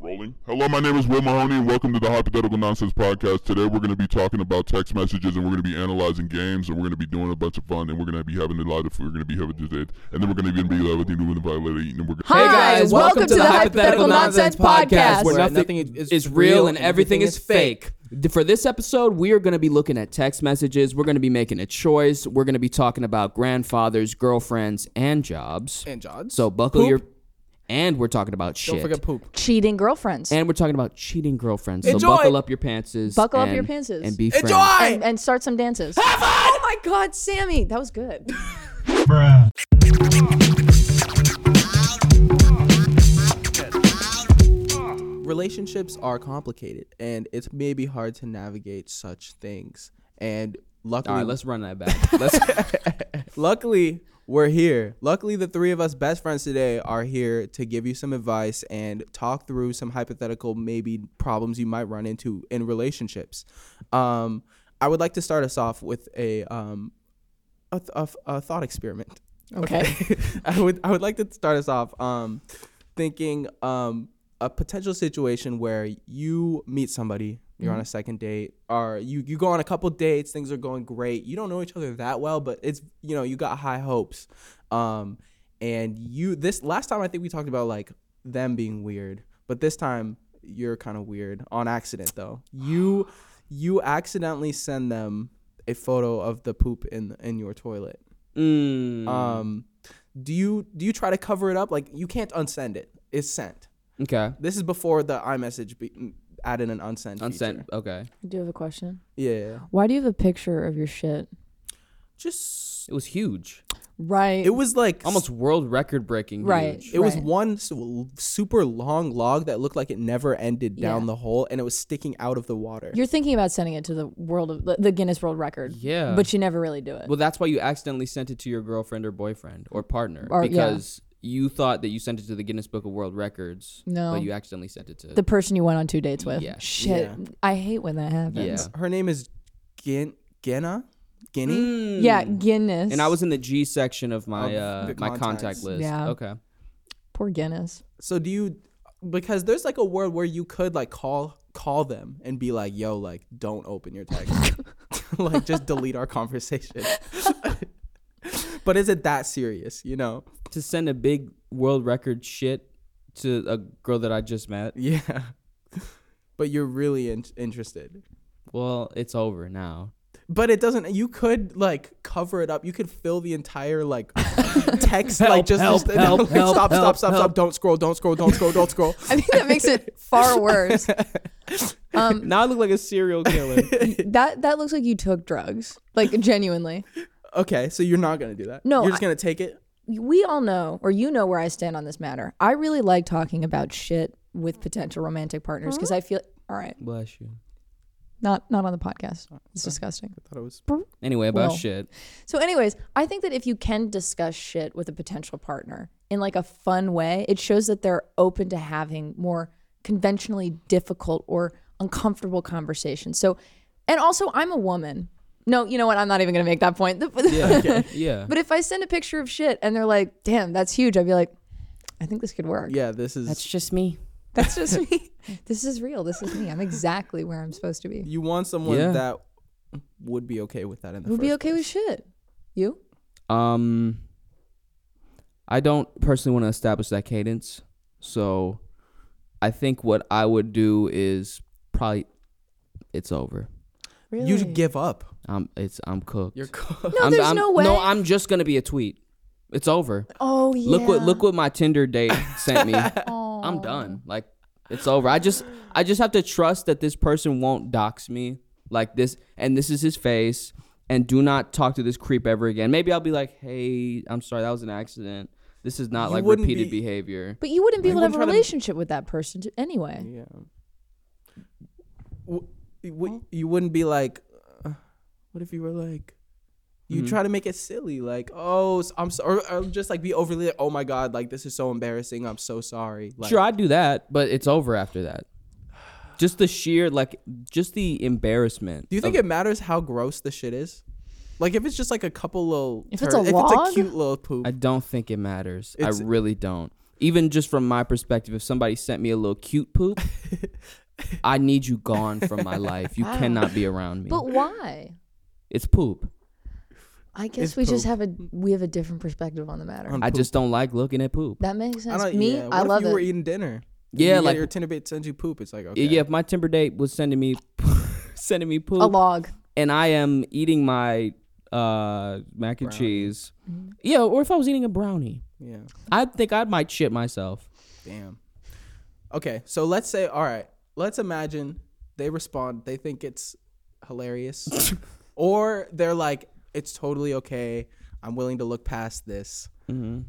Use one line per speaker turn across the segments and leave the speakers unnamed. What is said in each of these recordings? Rolling. Hello, my name is Will Mahoney, and welcome to the Hypothetical Nonsense Podcast. Today, we're going to be talking about text messages, and we're going to be analyzing games, and we're going to be doing a bunch of fun, and we're going to be having a lot of. We're going to be having today, and then we're going to even be uh, loving and doing violating, and we're. Gonna,
Hi, guys, welcome, to, the Hypothetical Nonsense Podcast, where nothing is, is real and everything is fake. D- For this episode, we are going to be looking at text messages. We're going to be making a choice. We're going to be talking about grandfathers, girlfriends, and jobs.
and Jods.
So buckle
Poop.
your. And we're talking about shit.
don't forget poop.
cheating girlfriends and,
And we're talking about cheating girlfriends. So
Enjoy.
buckle up your pantses.
Buckle up
and-
your pantses.
And be friends.
Enjoy.
and, start some dances. Oh my God, Sammy, that was good.
Relationships are complicated, and it's maybe hard to navigate such things. And luckily,
All right, let's run that back.
let's luckily we're here. Luckily, the three of us best friends today are here to give you some advice and talk through some hypothetical maybe problems you might run into in relationships. Um, I would like to start us off with a um, a, th- a f- a thought experiment.
Okay.
I would I would like to start us off um, thinking um, a potential situation where you meet somebody, you're on a second date, or you you go on a couple dates, things are going great. You don't know each other that well, but it's you know you got high hopes, um, and you this last time I think we talked about like them being weird, but this time you're kind of weird on accident though. You you accidentally send them a photo of the poop in in your toilet.
Mm,
Um, do you do you try to cover it up? Like you can't unsend it. It's sent.
okay.
This is before the iMessage be, m- added an unsend.
Unsent.
feature.
Okay.
I do have a question.
Yeah.
Why do you have a picture of your shit?
Just
It was huge.
Right.
it was like
Almost world record breaking.
Right.
Huge.
It was
Right.
one su- super long log that looked like it never ended down
Yeah.
the hole, and it was sticking out of the water.
You're thinking about sending it to the world of the, the Guinness World Record.
Yeah.
But you never really do it.
Well, that's why you accidentally sent it to your girlfriend or boyfriend or partner
Or- yeah.
because you thought that you sent it to the Guinness Book of World Records.
No.
but you accidentally sent it to.
the person you went on two dates with.
Yeah.
Shit.
Yeah.
I hate when that happens.
Yeah.
Her name is Gin Genna Guinea.
Mm.
Yeah. Guinness.
And I was in the G section of my
Of
uh,
the
my contact
contacts.
list.
Yeah.
Okay.
poor Guinness.
So do you? Because there's like a world where you could like call call them and be like, "Yo, like, don't open your text. like, just delete our conversation." but is it that serious? You know?
To send a big world record shit to a girl that I just met.
Yeah. But you're really in- interested.
Well, it's over now.
But it doesn't. You could like cover it up. You could fill the entire like text like just,
help,
just-
help, help,
like, stop,
help,
stop, stop,
help.
stop. Don't scroll. Don't scroll. Don't scroll. Don't scroll.
I think that makes it far worse. Um,
Now I look like a serial killer.
that that looks like you took drugs. Like genuinely.
okay, so you're not gonna do that.
No,
you're just gonna take it.
we all know, or you know, where I stand on this matter. I really like talking about shit with potential romantic partners because I feel all right.
Bless you.
Not not on the podcast. It's disgusting.
I thought it was
Anyway, about
Well.
shit.
So, anyways, I think that if you can discuss shit with a potential partner in like a fun way, it shows that they're open to having more conventionally difficult or uncomfortable conversations. So, and also, I'm a woman. No, you know what? I'm not even gonna make that point.
Yeah.
But if I send a picture of shit and they're like, "Damn, that's huge," I'd be like, "I think this could work."
Yeah, this is
just me.
That's just me. this is real. This is me. I'm exactly where I'm supposed to be.
you want someone
Yeah.
that would be okay with that in the
We'll
first
be okay
place.
with shit. You?
Um, I don't personally want to establish that cadence, so I think what I would do is probably it's over.
Really?
You should give up.
I'm it's I'm cooked.
You're cooked.
No,
I'm,
there's
I'm-
no way.
No, I'm just gonna be a tweet. It's over.
oh yeah.
Look what look what my Tinder date sent me.
Aw.
I'm done. Like it's over. I just I just have to trust that this person won't dox me like this and this is his face and do not talk to this creep ever again. Maybe I'll be like, "Hey, I'm sorry. That was an accident. This is not
You
like
wouldn't
repeated
be-
behavior."
But you wouldn't be
I
able to have a
wouldn't try to-
relationship with that person to, anyway.
yeah. W- w- you wouldn't be like, uh, what if you were like, you
Mhm.
try to make it silly, like, oh, s- I'm sorry, or, or just like be overly, like, oh my god, like this is so embarrassing. I'm so sorry. Like,
sure, I'd do that, but it's over after that. Just the sheer like just the embarrassment.
do you think
of-
it matters how gross the shit is? Like if it's just like a couple little,
If it's a
if it's a
log?
cute little poop,
I don't think it matters. I
It's-
really don't. even just from my perspective, if somebody sent me a little cute poop, I need you gone from my life. You
Wow.
cannot be around me.
But why?
it's poop.
I guess
It's
we just
poop.
have a we have a different perspective on the matter.
On
I
poop.
just don't like looking at poop.
that makes
I
sense.
don't-
Me,
yeah, what
I
if
love
you
it.
were eating dinner.
Yeah,
You get
like-
your Tinder bait sends you poop. It's like okay.
Yeah, if my Timber date was sending me sending me poop,
a log.
and I am eating my uh, mac and cheese,
Mm-hmm.
yeah, or if I was eating a brownie,
Yeah.
I think I might shit myself.
Damn. Okay, so let's say, all right, let's imagine they respond, they think it's hilarious, or they're like, it's totally okay. I'm willing to look past this.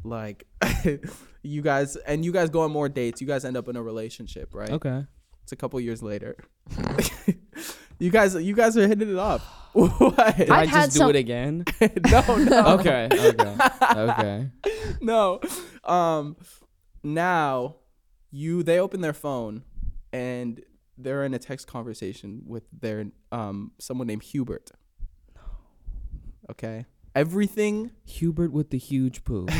Like, you guys, and you guys go on more dates. You guys end up in a relationship, right?
Okay,
It's a couple years later. you guys, you guys are hitting it off. what?
I've
Can I
had
just do
some-
it again.
no, no,
okay, okay, okay.
no. Um, now you they open their phone and they're in a text conversation with their um someone named Hubert. Okay. Everything.
Hubert with the huge poop.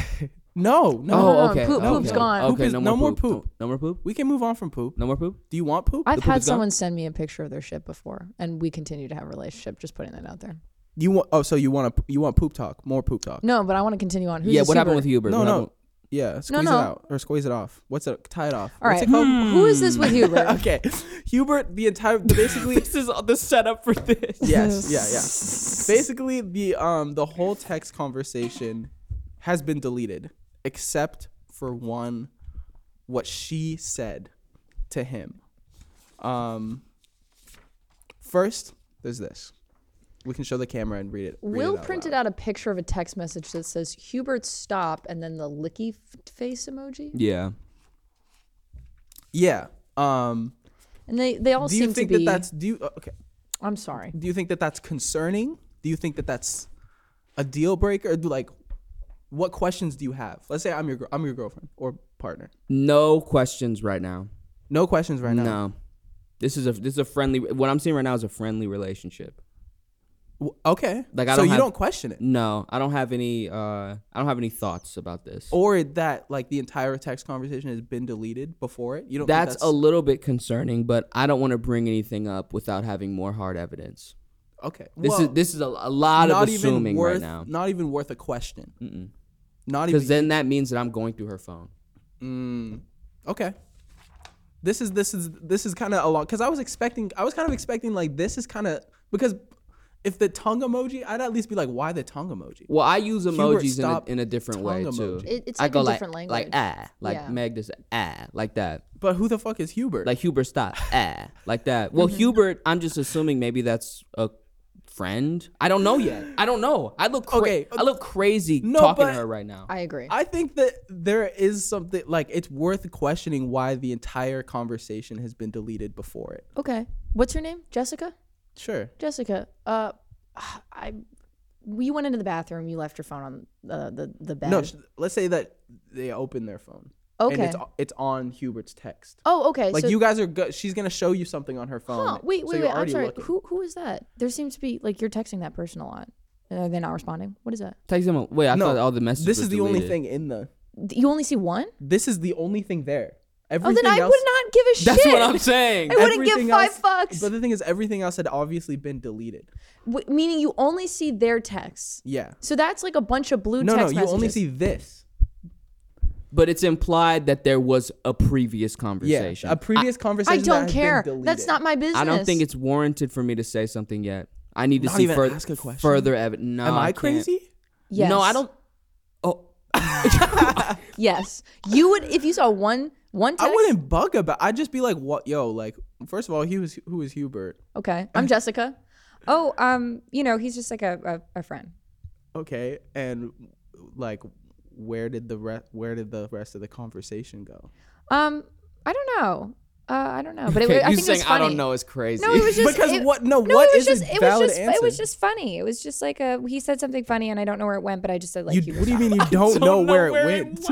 No, no.
no,
oh,
no,
okay.
poop-
okay.
poop's gone.
Okay,
Poop is-
no more poop. No, no more poop.
We can move on from poop.
No more poop.
Do you want poop?
I've
poop
had
is gone?
someone send me a picture of their shit before, and we continue to have a relationship. Just putting that out there.
you want? Oh, so you want to? You want poop talk? More poop talk?
No, but I want to continue on. Who's
yeah,
this
what happened
Hubert?
with Hubert?
No,
What
no.
happened-
Yeah, squeeze
no.
it out or squeeze it off. What's it? Tie it off.
All
What's
right, Hmm.
it called?
who is this with Hubert?
Okay, Hubert. The entire basically
This is the setup for this.
Yes, yeah, yeah. Basically, the um the whole text conversation has been deleted except for one what she said to him. Um first, there's this. We can show the camera and read it. read
Will
out
printed
loud.
out a picture of a text message that says Hubert stop and then the licky f- face emoji.
Yeah.
Yeah. Um
And they they all
do
seem
you think
to
that
be
that's do you, okay.
I'm sorry.
Do you think that that's concerning? Do you think that that's a deal breaker? Do like what questions do you have? Let's say I'm your gir- I'm your girlfriend or partner.
No questions right now.
No questions right now.
No. This is a this is a friendly. What I'm seeing right now is a friendly relationship.
W- Okay.
Like,
Like
I
so
don't
you
have-
don't question it,
No, I don't have any. Uh, I don't have any thoughts about this.
or that like the entire text conversation has been deleted before it. You don't. think
that's, a little bit concerning, but I don't want to bring anything up without having more hard evidence.
okay.
This
well,
is this is a, a lot of assuming right
worth
now,
not even worth a question. Not even
because then that means that I'm going through her phone.
okay. This is this is this is kind of a lot because I was expecting I was kind of expecting like this is kind of because if the tongue emoji I'd at least be like why the tongue emoji
Well, I use
Hubert,
emojis in a,
stop
in a different way
tongue
too.
emoji.
It- it's
I
like
go
a
like
different
like
language.
ah, like
Yeah.
Meg does ah, like that.
but who the fuck is Hubert
like Hubert stop ah like that. Well,
Mm-hmm.
Hubert, I'm just assuming maybe that's a friend. I don't know yet. I don't know. I look cra-
Okay.
I look crazy
No,
talking to
but-
her right now.
I agree.
I think that there is something like it's worth questioning why the entire conversation has been deleted before it
okay. What's your name? Jessica?
sure
Jessica, uh I we went into the bathroom, you left your phone on the the, the bed.
No, sh- let's say that they open their phone. And
okay.
it's it's on Hubert's text.
oh, okay.
Like
so
you guys are go- she's going to show you something on her phone.
Huh, wait,
so
wait,
you're
wait. I'm
already
sorry.
looking.
Who who is that? There seems to be like you're texting that person a lot. Are they not responding? What is that?
Text him. a- Wait, I
No,
thought all the messages.
This
were
is the only
deleted.
thing in the
You only see one?
This is the only thing there.
Oh,
Everything
then I
else
would not give a
That's
shit.
what I'm saying.
I wouldn't give
everything
five
else-
bucks.
But the thing is everything else had obviously been deleted.
W- meaning you only see their texts.
Yeah.
So that's like a bunch of blue
No, no,
text
you
messages.
only see this.
But it's implied that there was a previous
Yeah.
conversation.
A previous conversation
I
that
don't
has been
care. That's
deleted.
not my business.
I don't think it's warranted for me to say something yet. I need to
Not
see
even
further
ask a question?
further evidence. No,
Oh,
Am I
can't.
crazy?
Yes.
No, I don't. Oh,
Yes, you would if you saw one one text.
I wouldn't bug about. I'd just be like, "What, yo? Like, first of all, he was who is Hubert?
Okay, I'm Jessica. Oh, um, you know, he's just like a, a, a friend.
Okay, and like, where did the re- where did the rest of the conversation go?
Um, I don't know. Uh, I don't know. But it,
okay,
I
you
think it
saying
was
I
funny.
don't know is crazy.
No, it was just
Because
it-
what- no,
no,
what
it was
is a
just it
valid
was just it was
answer?
just funny. It was just like a he said something funny and I don't know where it went, but I just said like
You,
he was
what do you
talking.
mean you don't, know, where, it went?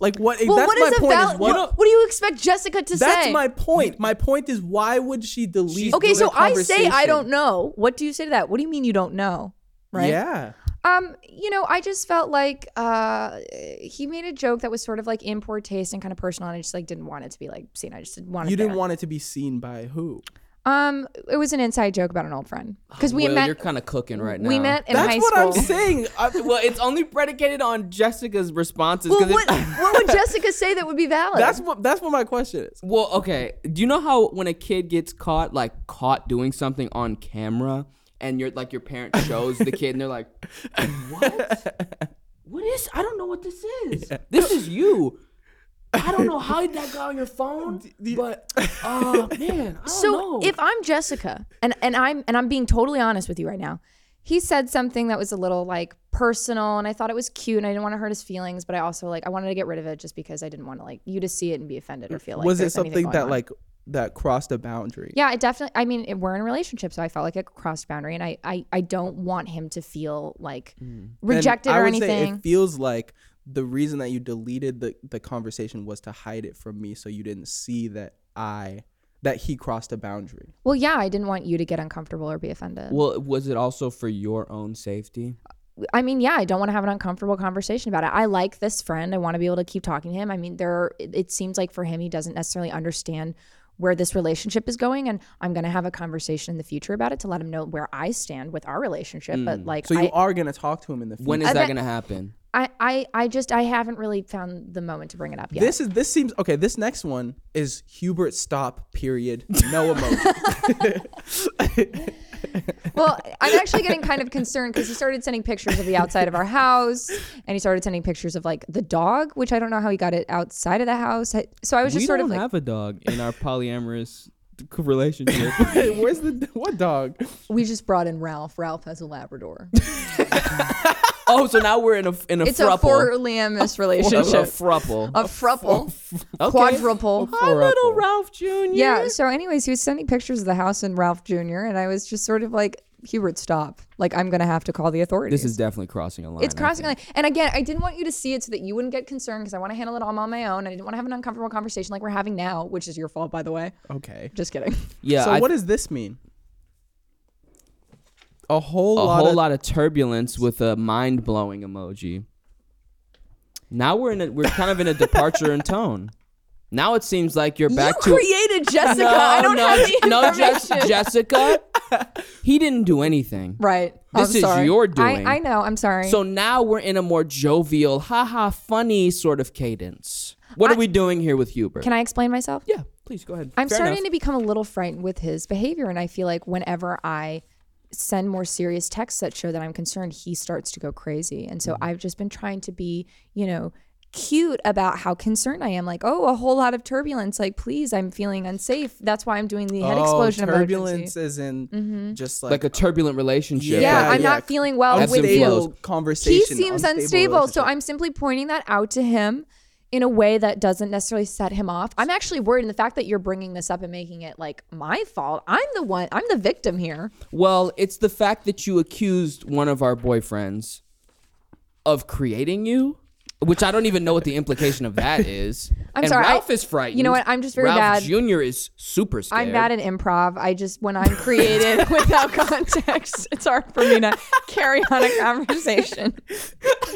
like, what?
Well,
that's
what
my
is a
point.
valid?
is what,
What, what do you expect Jessica to
that's
say?
my point. My point is, why would she delete?
okay,
the
so I say I
conversation?
don't know. What do you say to that? What do you mean you don't know? Right?
Yeah.
Um, you know, I just felt like uh, he made a joke that was sort of like in poor taste and kind of personal, and I just like didn't want it to be like seen. I just didn't want it.
You didn't
there.
want it to be seen by who?
Um, it was an inside joke about an old friend because we
Will,
met.
you're kind of cooking right now.
we met in
That's
high
what
school.
I'm saying. I-
Well, it's only predicated on Jessica's responses.
Well,
'cause it-
what, what would Jessica say that would be valid?
that's what that's what my question is.
Well, okay. Do you know how when a kid gets caught, like caught doing something on camera, and you're like your parent shows the kid, and they're like, "What? What is? I don't know what this is. This is you. I don't know how that got on your phone, but uh, man, I don't
Oh,
so
know."
if I'm Jessica and, and I'm and I'm being totally honest with you right now, he said something that was a little like personal and I thought it was cute and I didn't want to hurt his feelings, but I also like I wanted to get rid of it just because I didn't want to like you to see it and be offended or feel like
was it
there's anything
something
going
that
on.
like that crossed a boundary?
Yeah, it definitely. I mean, it, we're in a relationship, so I felt like it crossed boundary, and I, I, I don't want him to feel like
And
rejected
Mm. I
or
would say
anything.
it feels like the reason that you deleted the the conversation was to hide it from me, so you didn't see that I that he crossed a boundary.
well, yeah, I didn't want you to get uncomfortable or be offended.
well, was it also for your own safety?
I mean, yeah, I don't want to have an uncomfortable conversation about it. I like this friend. I want to be able to keep talking to him. I mean, there are, it, it seems like for him he doesn't necessarily understand where this relationship is going and I'm going to have a conversation in the future about it to let him know where I stand with our relationship, but like
Mm. So you
I,
are gonna talk to him in the future.
When is that
bet-
going to happen?
I, I I just I haven't really found the moment to bring it up yet.
This is this seems okay. This next one is Hubert stop period no emoji.
Well, I'm actually getting kind of concerned because he started sending pictures of the outside of our house, and he started sending pictures of like the dog, which I don't know how he got it outside of the house. I- So I was just
we
sort
don't
of like,
have a dog in our polyamorous relationship.
Where's the what dog?
we just brought in Ralph. Ralph has a Labrador.
oh, so now we're in a in a
it's a
frupple.
four-liamous
a
relationship, Oh,
frupple.
a frupple,
Okay.
quadruple.
Hi, little Ralph Jr.
Yeah. So, anyways, he was sending pictures of the house and Ralph Jr. and I was just sort of like, Hubert, stop! Like, I'm gonna have to call the authorities.
This is definitely crossing a line.
It's
I
crossing
think.
the line. And again, I didn't want you to see it so that you wouldn't get concerned because I want to handle it all on my own. And I didn't want to have an uncomfortable conversation like we're having now, which is your fault, by the way.
Okay.
Just kidding.
Yeah.
so
I-
what does this mean? A whole
a
lot.
whole
of,
lot of turbulence with a mind blowing emoji. Now we're in a, we're kind of in a departure in tone. Now it seems like you're back
you
to
created Jessica.
no,
I don't
no,
have the
no, Jess-
information.
Jessica. He didn't do anything.
right.
This
I'm
is
sorry.
your
I-
doing.
I, know. I'm sorry.
So now we're in a more jovial, haha, funny sort of cadence. What are we doing here with Hubert?
Can I explain myself?
yeah, please go ahead.
I'm
Fair
starting
enough.
to become a little frightened with his behavior. And I feel like whenever I send more serious texts that show that I'm concerned, he starts to go crazy. And so I've just been trying to be, you know, cute about how concerned I am. Like, oh, a whole lot of turbulence. Like, please, I'm feeling unsafe. That's why I'm doing the head
oh,
explosion
turbulence
emergency.
is in just like,
like a turbulent relationship.
Yeah,
Like,
I'm not feeling well
Ebbs and
with
flows.
you.
Conversation.
He seems unstable. So
relationship.
I'm simply pointing that out to him in a way that doesn't necessarily set him off. I'm actually worried. And the fact that you're bringing this up and making it like my fault, I'm the one, I'm the victim here.
Well, it's the fact that you accused one of our boyfriends of creating you, which I don't even know what the implication of that is.
I'm
and
sorry, I-
Ralph is frightened.
you know what, I'm just very
Ralph
bad-
Junior is super scared.
I'm bad at improv. I just when I'm creative without context, it's hard for me to carry on a conversation.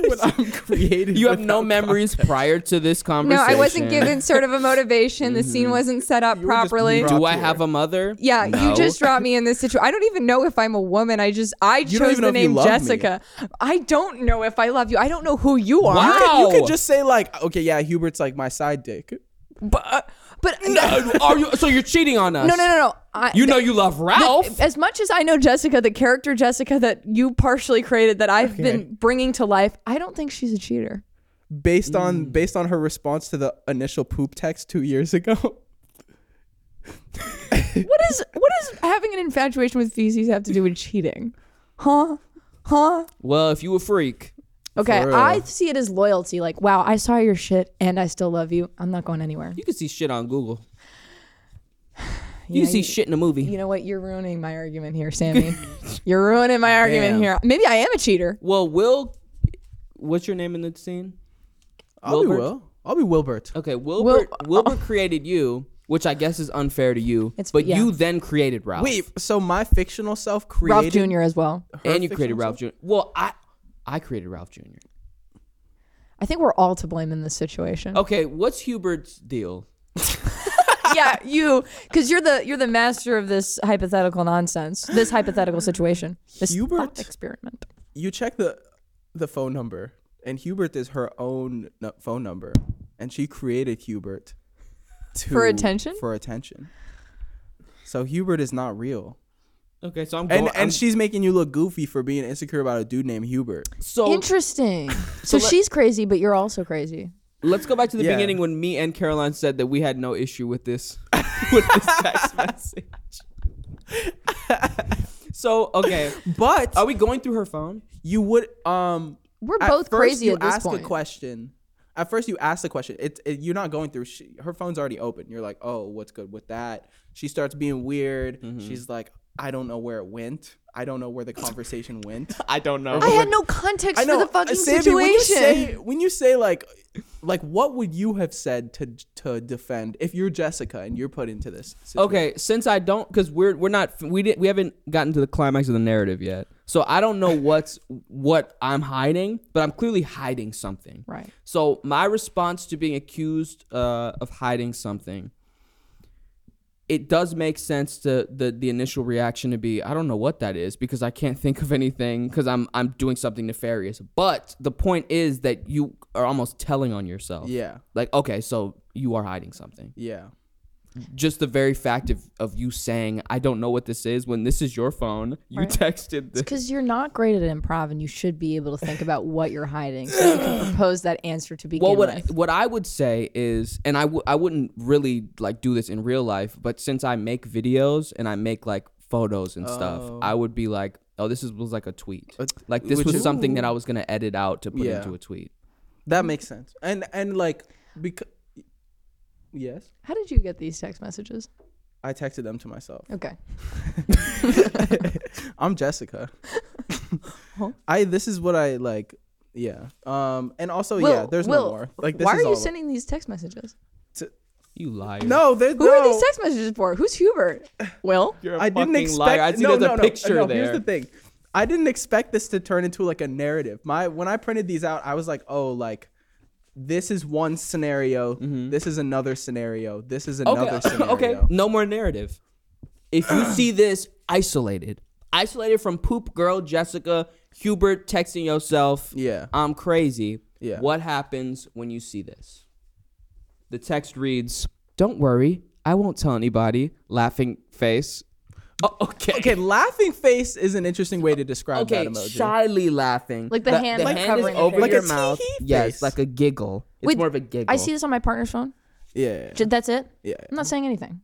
When I'm created.
You have no
without-
memories prior to this
No,
conversation.
I wasn't given sort of a motivation. The scene wasn't set up
were just
properly.
brought-
Do I
here.
have a mother?
Yeah,
No.
you just brought me in this situation. I don't even know if I'm a woman. I just I
You don't
chose
even
the
know if you
name
love me.
Jessica. I don't know if I love you. I don't know who you are.
Wow.
You
Ow.
could just say like, okay, yeah, Hubert's like my side dick.
But, uh, but
No, are you? So you're cheating on us?
no, no, no, no. I,
You know you love Ralph.
as much as I know Jessica, the character Jessica that you partially created, that I've been bringing to life, I don't think she's a cheater.
Based on based on her response to the initial poop text two years ago.
What is what does having an infatuation with feces have to do with cheating? Huh? Huh?
well, if you a freak,
Okay,
For real.
I see it as loyalty. Like, wow, I saw your shit and I still love you. I'm not going anywhere.
you can see shit on Google.
You
You
know,
can see
you-
shit in a movie.
You know what? You're ruining my argument here, Sammy. You're ruining my argument
Damn.
here. Maybe I am a cheater.
well, Will, what's your name in the scene?
I'll
Wilbert?
be Will. I'll be Wilbert.
Okay, Wilbert
uh,
Wilbert created you, which I guess is unfair to you.
It's-
but
yeah.
you then created Ralph.
Wait, so my fictional self
Ralph
created
Jr. as well.
and you created Ralph Jr. Well, I I created Ralph Jr.
I think we're all to blame in this situation.
Okay, what's Hubert's deal?
yeah, you because you're the you're the master of this hypothetical nonsense. This hypothetical situation. This
Hubert-
thought experiment.
You check the the phone number, and Hubert is her own n- phone number, and she created Hubert to,
For attention?
For attention. So Hubert is not real,
Okay, so I'm
and
going. I'm-
and she's making you look goofy for being insecure about a dude named Hubert.
so
Interesting. so she's crazy, but you're also crazy.
let's go back to the
Yeah.
beginning when me and Caroline said that we had no issue with this with this text message. so okay,
But
are we going through her phone?
Um, you would um
We're
at
both
first
crazy
you
at this
ask
point.
a question at first you ask the question it, it you're not going through she, her phone's already open you're like oh what's good with that she starts being weird
Mm-hmm.
she's like i don't know where it went i don't know where the conversation went
I don't know.
I had no context
i know
for the fucking
Sammy, when you,
situation.
say, when you say like like what would you have said to to defend if you're jessica and you're put into this situation?
Okay, since I don't, because we're we're not we didn't we haven't gotten to the climax of the narrative yet, so I don't know what's what I'm hiding, but I'm clearly hiding something.
Right.
So my response to being accused uh, of hiding something, it does make sense to the the initial reaction to be I don't know what that is because I can't think of anything because I'm I'm doing something nefarious. But the point is that you are almost telling on yourself.
yeah
Like okay, so you are hiding something
yeah
just the very fact of, of you saying i don't know what this is when this is your phone you
Right.
texted this
Because you're not great at improv, and you should be able to think about what you're hiding, so you can propose that answer to begin
well what, I-
with.
what i would say is and I w- I wouldn't really like do this in real life but since i make videos and i make like photos and stuff
Oh.
i would be like oh this is, was like a tweet
Uh,
like this
which
was
is-
something that i was gonna edit out to put
Yeah.
into a tweet
that
Mm.
makes sense and and like because yes
How did you get these text messages?
i texted them to myself
Okay.
I'm Jessica. I this is what I like. Yeah. Um. And also,
Will,
yeah. There's
Will,
no more. Like this
why
is
are you
all-
sending these text messages?
you liar
No, there's
Who
no.
are these text messages for? Who's Hubert? Will?
You're a
I didn't
fucking
expect.
liar. I see
no,
there's
no,
a
no,
picture
no,
there.
Here's the thing. I didn't expect this to turn into like a narrative. My when I printed these out, I was like, oh, like this is one scenario. This is another scenario. This is another scenario.
Mm-hmm. okay, no more narrative. If you see this isolated, isolated from poop girl Jessica Hubert texting yourself,
Yeah.
I'm crazy.
Yeah.
What happens when you see this? The text reads, "Don't worry, I won't tell anybody." Laughing face. Oh, okay.
Okay. Laughing face is an interesting way to describe
Okay,
that emoji.
shyly laughing.
Like the hand, like,
is
covering the
over
face.
your
Like a
mouth.
tee-hee
Yes,
face.
like a giggle. It's
Wait,
more of a giggle.
I see this on my partner's phone.
yeah.
J- That's it.
Yeah.
I'm not saying anything.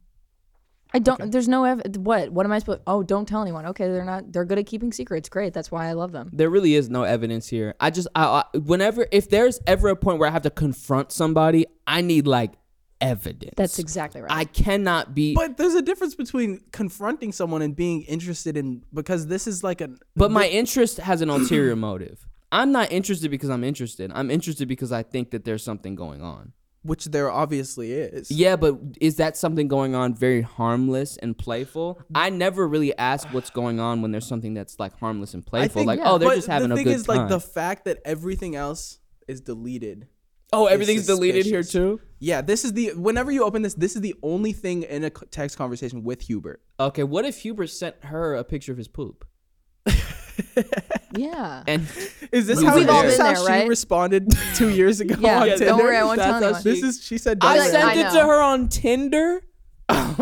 I don't. There's no ev- what. What am I supposed? Oh, don't tell anyone. Okay, they're not. They're good at keeping secrets. Great. That's why I love them.
there really is no evidence here. I just, I, I, whenever, if there's ever a point where I have to confront somebody, I need like evidence.
That's exactly right.
I cannot be. But,
But there's a difference between confronting someone and being interested in because this is like an
my interest has an ulterior motive. I'm not interested because I'm interested. I'm interested because I think that there's something going on.
which there obviously is.
Yeah, but is that something going on very harmless and playful? I never really ask what's going on when there's something that's like harmless and playful. like, oh, they're
but
just having
the
a
thing
good
is
time.
like the fact that everything else is deleted.
oh,
is
everything's deleted here
suspicious.
too.
Yeah, this is the whenever you open this, this is the only thing in a c- text conversation with Hubert.
Okay, what if Hubert sent her a picture of his poop?
yeah.
And
Is this
We've
how,
all
is this
been
how
there,
she
right?
responded two years ago?
Yeah,
on
don't
Tinder?
worry, I won't
That's
tell
how
anyone.
she-
This is she said. Don't
I
Like,
worry.
sent
Oh,
I
it to
know.
her on Tinder.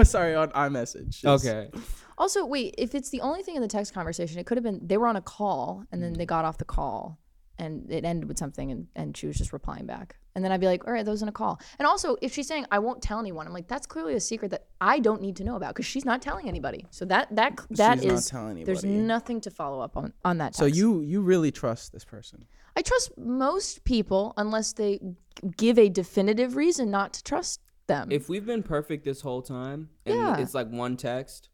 sorry on iMessage. Yes.
Also, wait. If it's the only thing in the text conversation, it could have been they were on a call and
Mm.
then they got off the call, and it ended with something, and and she was just replying back. And then I'd be like, all right, that was on a call. And also, if she's saying I won't tell anyone, I'm like, that's clearly a secret that I don't need to know about because she's not telling anybody. So that that that is
She's not telling
there's
anybody.
nothing to follow up on on that. Text.
So you you really trust this person?
I trust most people unless they g- give a definitive reason not to trust them.
If we've been perfect this whole time and
Yeah.
it's like one text,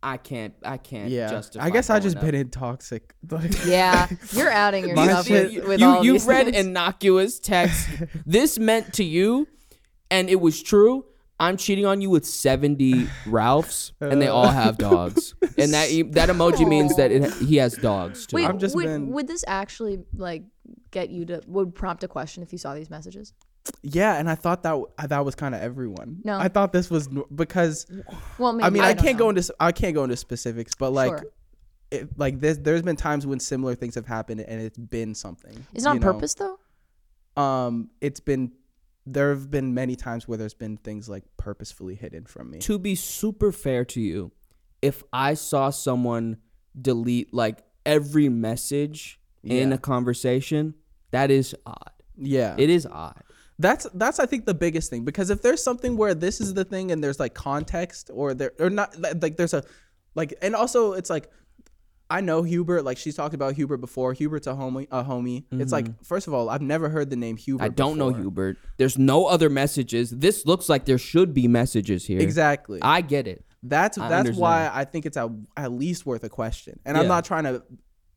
I can't I can't
Yeah.
justify.
I guess I
following
just
up.
been in toxic. Like,
yeah, you're outing
You
yourself
see-
with, with
you,
all
you
these
read
things.
innocuous text. this meant to you and it was true. I'm cheating on you with 70 Ralphs and they all have dogs. and that e- that emoji means that it, he has dogs too.
Wait,
I've just
would,
been-
would this actually like get you to would prompt a question if you saw these messages?
Yeah, and I thought that w- that was kind of everyone.
No.
I thought this was n- because
Well, maybe
I mean I,
don't
can't
know.
go into s- I can't go into specifics, but like.
Sure.
It, like this, there's been times when similar things have happened and it's been something.
Is it on
you know?
purpose though?
Um, it's been there have been many times where there's been things like purposefully hidden from me.
to be super fair to you, if I saw someone delete like every message in
Yeah.
a conversation, that is odd.
Yeah,
It is odd.
That's that's I think the biggest thing because if there's something where this is the thing and there's like context or there or not li- like there's a like and also it's like I know Hubert like she's talked about Hubert before Hubert's a homie a homie it's like first of all I've never heard the name Hubert
Mm-hmm. I don't know
before.
Hubert. There's no other messages. This looks like there should be messages here.
exactly
I get it.
that's
I
that's why I think it's at, at least worth a question and I'm
Yeah.
not trying to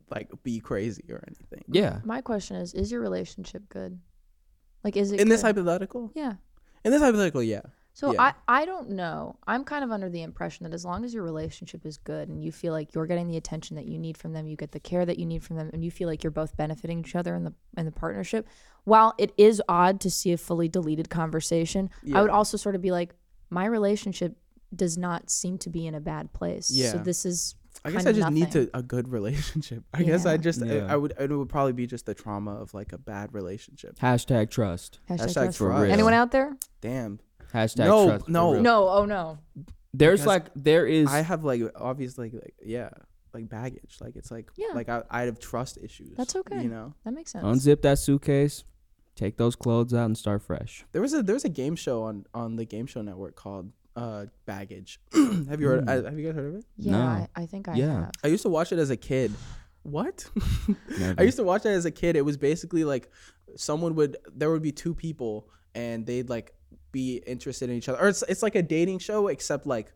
like be crazy or anything
Yeah.
My question is: Is your relationship good? Like, is it
in this
good?
hypothetical
Yeah.
in this hypothetical yeah
So
Yeah.
I, I don't know. I'm kind of under the impression that as long as your relationship is good and you feel like you're getting the attention that you need from them, you get the care that you need from them, and you feel like you're both benefiting each other in the in the partnership, while it is odd to see a fully deleted conversation, I would also sort of be like, my relationship does not seem to be in a bad place. So
Yeah.
this is
I
kind
guess I
of
just need
nothing.
to a good relationship. I guess I
Yeah.
just I-
Yeah.
I, would it would probably be just the trauma of like a bad relationship.
Hashtag trust.
Hashtag
Hashtag
trust.
for
real.
Anyone out there?
Damn.
Hashtag
No,
trust. for
no.
real.
No, oh no.
There's
Because
like there is
I have like obviously like, like, yeah, like baggage. Like it's like
Yeah.
like I I have trust issues.
That's okay.
You know.
That makes sense.
unzip that suitcase, take those clothes out and start fresh.
There was a there was a game show on on the game show network called uh Baggage. have you
Hmm.
heard uh, have you guys heard of it?
yeah,
No.
I, I think I
Yeah.
have.
I used to watch it as a kid. What?
Never.
I used to watch that as a kid. It was basically like someone would there would be two people and they'd like be interested in each other. Or it's it's like a dating show except like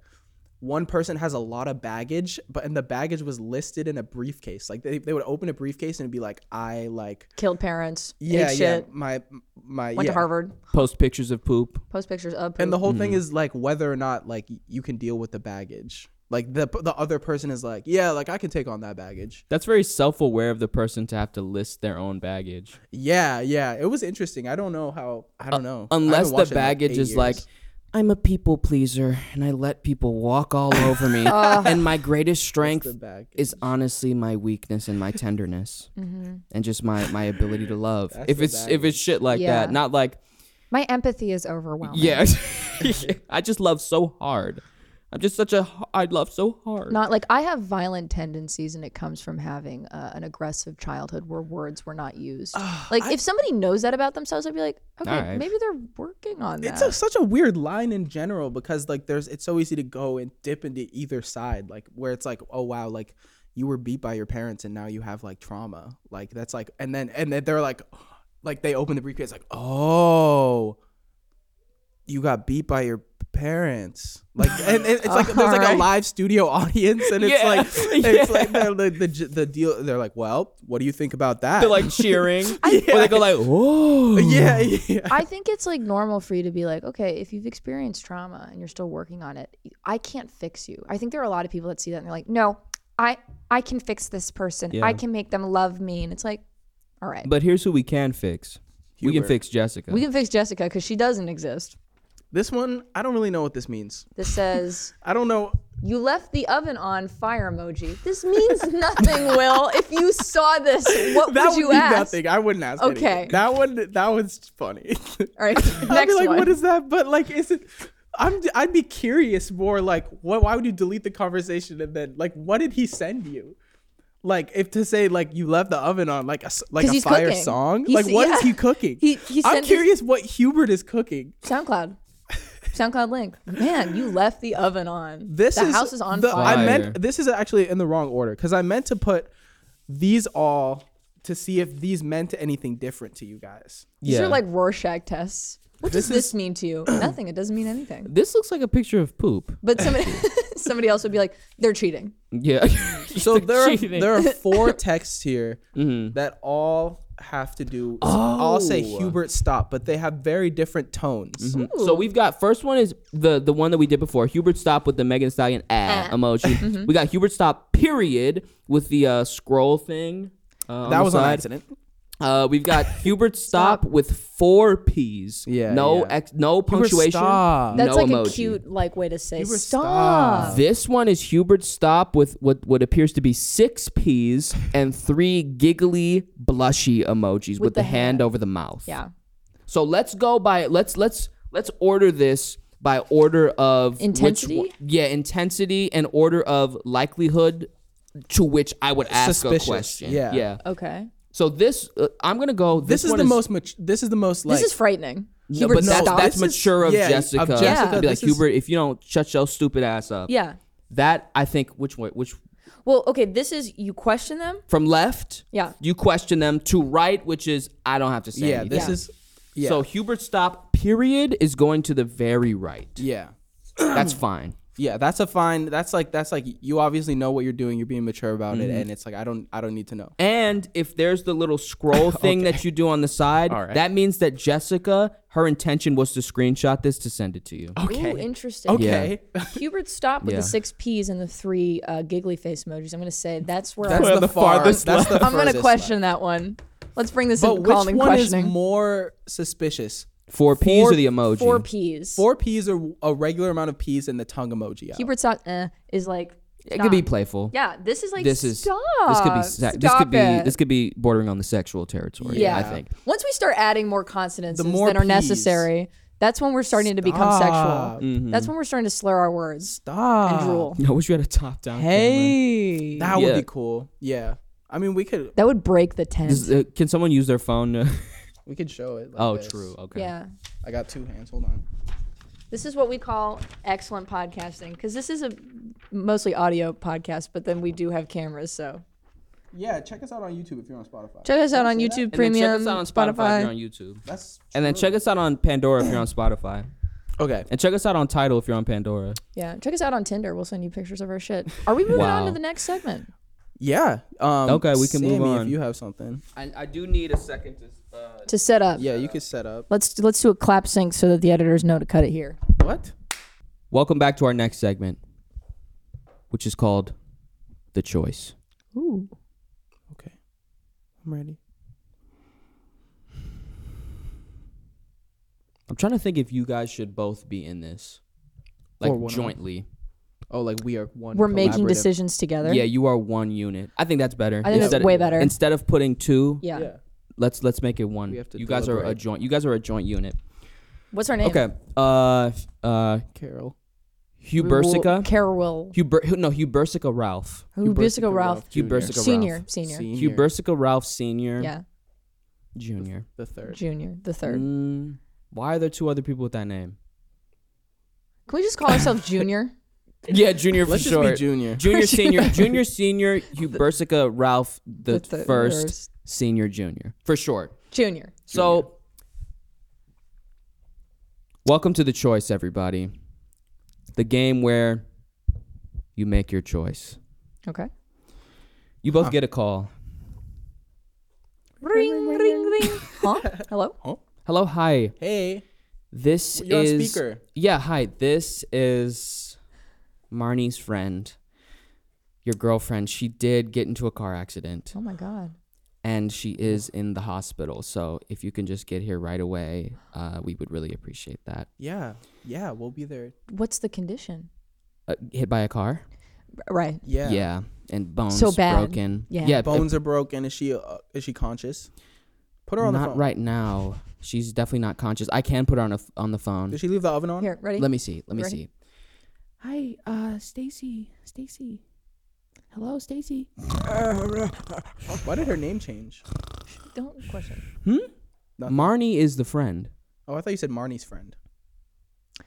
one person has a lot of baggage, but and the baggage was listed in a briefcase. Like they, they would open a briefcase and it'd be like I like
Killed parents.
yeah
ate
yeah
shit.
my my
Went
yeah.
to Harvard.
Post pictures of poop.
Post pictures of
And
poop.
the whole thing is like whether or not like you can deal with the baggage. Like the the other person is like yeah like I can take on that baggage.
That's very self aware of the person to have to list their own baggage.
Yeah, yeah. It was interesting. I don't know how. I don't know. I haven't
Uh, Unless the
watched it in, like,
baggage
eight
is
years.
like, I'm a people pleaser and I let people walk all over me.
Ah.
and my greatest strength
the baggage.
is honestly my weakness and my tenderness
Mm-hmm.
and just my, my ability to love. if
the
it's if it's shit like that,
Yeah.
not like
My empathy is
Oh,
overwhelming.
yeah, I just love so hard. I'm just such a h- I love so hard.
Not like I have violent tendencies, and it comes from having uh, an aggressive childhood where words were not used. like if somebody knows that about themselves, I'd be like, okay,
Alright.
maybe they're working on that.
It's a, such a weird line in general because like there's it's so easy to go and dip into either side like where it's like oh wow like you were beat by your parents and now you have like trauma like that's like and then and then they're like like they open the briefcase like oh you got beat by your parents like and it- it's like there's like a
Alright.
live studio audience and it's
Yeah.
like
Yeah.
it's like the, the, the the deal they're like well what do you think about that
They're like cheering. Or they go like, whoa.
yeah yeah
I think it's like normal for you to be like, okay, if you've experienced trauma and you're still working on it, I can't fix you. I think there are a lot of people that see that and they're like, no, I I can fix this person.
Yeah.
I can make them love me, and it's like, all right,
But here's who we can fix. We can
Hubert.
fix Jessica.
we can fix Jessica because she doesn't exist.
this one I don't really know what this means
This says.
I don't know
You left the oven on fire emoji. This means nothing, Will. If you saw this, what
that
would you
be
ask?
nothing. I wouldn't ask.
Okay.
Okay. That one. That was funny.
All right,
I'd be
next
like,
one.
what is that? But like, is it? I'm. I'd be curious more. Like, what? Why would you delete the conversation and then like, what did he send you? Like, if to say like you left the oven on like a s- like
'Cause
a
he's
fire
cooking.
song.
He's-
like, what is
yeah.
he cooking?
He- he
I'm
sent his-
curious what Hubert is cooking.
SoundCloud. SoundCloud link. Man, you left the oven on.
This
the
is
house is on
the-
fire.
I
Fire.
meant this is actually in the wrong order because I meant to put these all to see if these meant anything different to you guys.
These
Yeah.
are like Rorschach tests. What does this mean to you? nothing. It doesn't mean anything.
this looks like a picture of poop.
But somebody, somebody else would be like, they're cheating.
Yeah.
So there are,
cheating.
there are four texts here that all have to do. I'll say Hubert Stop, but they have very different tones.
So we've got first one is the the one that we did before Hubert Stop with the Megan Thee Stallion ah,
Ah.
emoji. We got Hubert Stop period with the uh, scroll thing. Uh,
That
the
was on
side.
accident.
Uh, we've got Hubert Stop with four P's.
Yeah,
No
yeah.
Ex- no punctuation.
Stop.
That's
Uh, no
like
emoji.
a cute like way to say
Hubert,
stop.
This one is Hubert Stop with what, what appears to be six P's and three giggly blushy emojis with, the,
the
hand, over the mouth.
Yeah.
So let's go by let's let's let's order this by order of which
Intensity?
one- yeah, intensity and order of likelihood to which I would ask
Suspicious,
a question.
yeah.
Yeah.
Okay.
So this uh, I'm going to go this,
This, is
one
the most mat- this is the most like
this is frightening.
no,
Hubert
but that's,
stop.
that's
This is-
mature of
yeah, of
Jessica.
Jessica,
Be like
this is-
Hubert, if you don't shut your stupid ass up.
yeah.
That I think which way which
Well, okay, this is you question them.
from left,
Yeah.
you question them to right, which is I don't have to say.
yeah, this
Yeah.
is yeah.
So Hubert stop period is going to the very right.
yeah.
That's fine.
Yeah, that's a fine. That's like that's like you obviously know what you're doing. You're being mature about it, and it's like I don't I don't need to know.
And if there's the little scroll thing that you do on the side,
All right.
that means that Jessica, her intention was to screenshot this to send it to you.
Ooh, interesting.
Okay.
Hubert stop with
Yeah.
the six P's and the three uh, giggly face emojis. I'm gonna say that's where
That's
I'm,
the, farthest. That's the
I'm gonna
furthest
question that one. Let's bring this
left.
in
But which
calling
one
questioning.
is more suspicious?
Four P's
Four-
or the emoji?
Four P's.
Four P's are a regular amount of P's and the tongue emoji. Out.
Hubert stop eh, is like
It could be
stop.
playful.
Yeah, this is like
This is
stop.
this could be se- this
Stop
could be
it.
this could be bordering on the sexual territory.
yeah.
I think.
Once we start adding more consonants
The more
that are
Ps.
necessary, that's when we're starting to become
Stop.
sexual.
Mm-hmm.
That's when we're starting to slur our words
Stop.
and drool.
I wish we had a top down.
Hey.
That
Yeah.
would be cool. Yeah. I mean, we could
That would break the tent.
uh, can someone use their phone? To-
we could show it. like
oh,
this.
true. Okay.
yeah.
I got two hands. Hold on.
This is what we call excellent podcasting because this is a mostly audio podcast, but then we do have cameras. So
Yeah, check us out on YouTube if you're on Spotify.
check us out on YouTube
And then
Premium,
check us out on Spotify, If you're on YouTube.
That's
And then check us out on Pandora if you're on Spotify.
okay.
And check us out on Tidal if you're on Pandora.
yeah, check us out on Tinder. We'll send you pictures of our shit. Are we moving on
Wow.
to the next segment?
Yeah. Um,
Okay, we can move
Sammy,
on.
If you have something,
I, I do need a second to. Uh,
To set up.
yeah, you could set up.
Let's let's do a clap sync so that the editors know to cut it here.
What?
Welcome back to our next segment, which is called The Choice.
Ooh.
Okay, I'm ready.
I'm trying to think if you guys should both be in this. Like
Or one of them.
jointly.
Oh, like we are one.
We're making
collaborative-
decisions together.
Yeah, you are one unit. I think that's better.
I think that's
Instead of-
way better.
Instead of putting two,
Yeah.
Yeah.
let's let's make it one.
We have to
You guys are a
deliberate.
joint. You guys are a joint unit.
What's her name?
Okay. Uh uh
Carol.
Hubersica.
Carol.
Huber no, Hubersica Ralph.
Hubersica Ralph.
Jr.
Hubersica
Senior.
Ralph.
Senior.
Senior.
Hubersica Ralph Senior.
Yeah.
Junior.
The third.
Junior. The third.
Mm, why are there two other people with that name?
Can we just call ourselves Junior?
Yeah, Junior for
Let's just
sure.
be junior.
Junior, senior, junior, senior, Hubersica Ralph the,
The third.
first, senior, junior for short.
Junior.
So, welcome to the choice, everybody. The game where you make your choice.
Okay.
You both get a call.
Ring, ring, ring. Huh? Hello?
Hello, hi.
hey,
This
you're on
is
speaker.
Yeah, hi. This is Marnie's friend, your girlfriend. She did get into a car accident.
Oh my God.
and she
Mm-hmm.
is in the hospital. So if you can just get here right away, uh, we would really appreciate that.
Yeah. Yeah, we'll be there.
What's the condition?
Uh, hit by a car?
Right.
Yeah.
Yeah. And bones
So bad.
broken.
Yeah.
yeah
Bones are broken. Is she? Uh, is she conscious? Put her on the
uh, not
phone.
right now. She's definitely not conscious. I can put her on a f- on the phone.
Did she leave the oven on?
Here, ready?
Let me see. Let me
Ready?
see.
Hi, uh, Stacy. Stacy. Hello, Stacy.
Why did her name change?
Don't question.
Nothing.
Marnie is the friend.
Oh, I thought you said Marnie's friend.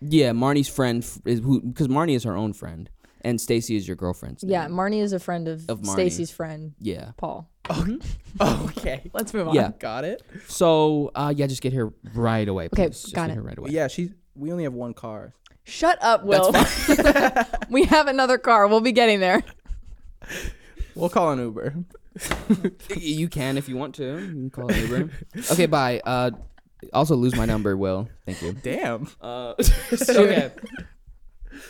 Yeah, Marnie's friend f- is who because Marnie is her own friend, and Stacy is your girlfriend's.
Yeah,
name.
Marnie is a friend of,
Of Marnie.
Stacy's friend,
yeah.
Paul.
Okay.
Let's move on.
Yeah.
Got it.
So uh, yeah, just get here right away.
Okay,
please. Just
got
get
it.
here right away.
Yeah, she. We only have one car.
Shut up, Will. we have another car. We'll be getting there.
We'll call an Uber.
you can if you want to. You can call Abram. Okay, bye. Uh, also lose my number, Will. Thank you.
Damn.
Uh, okay.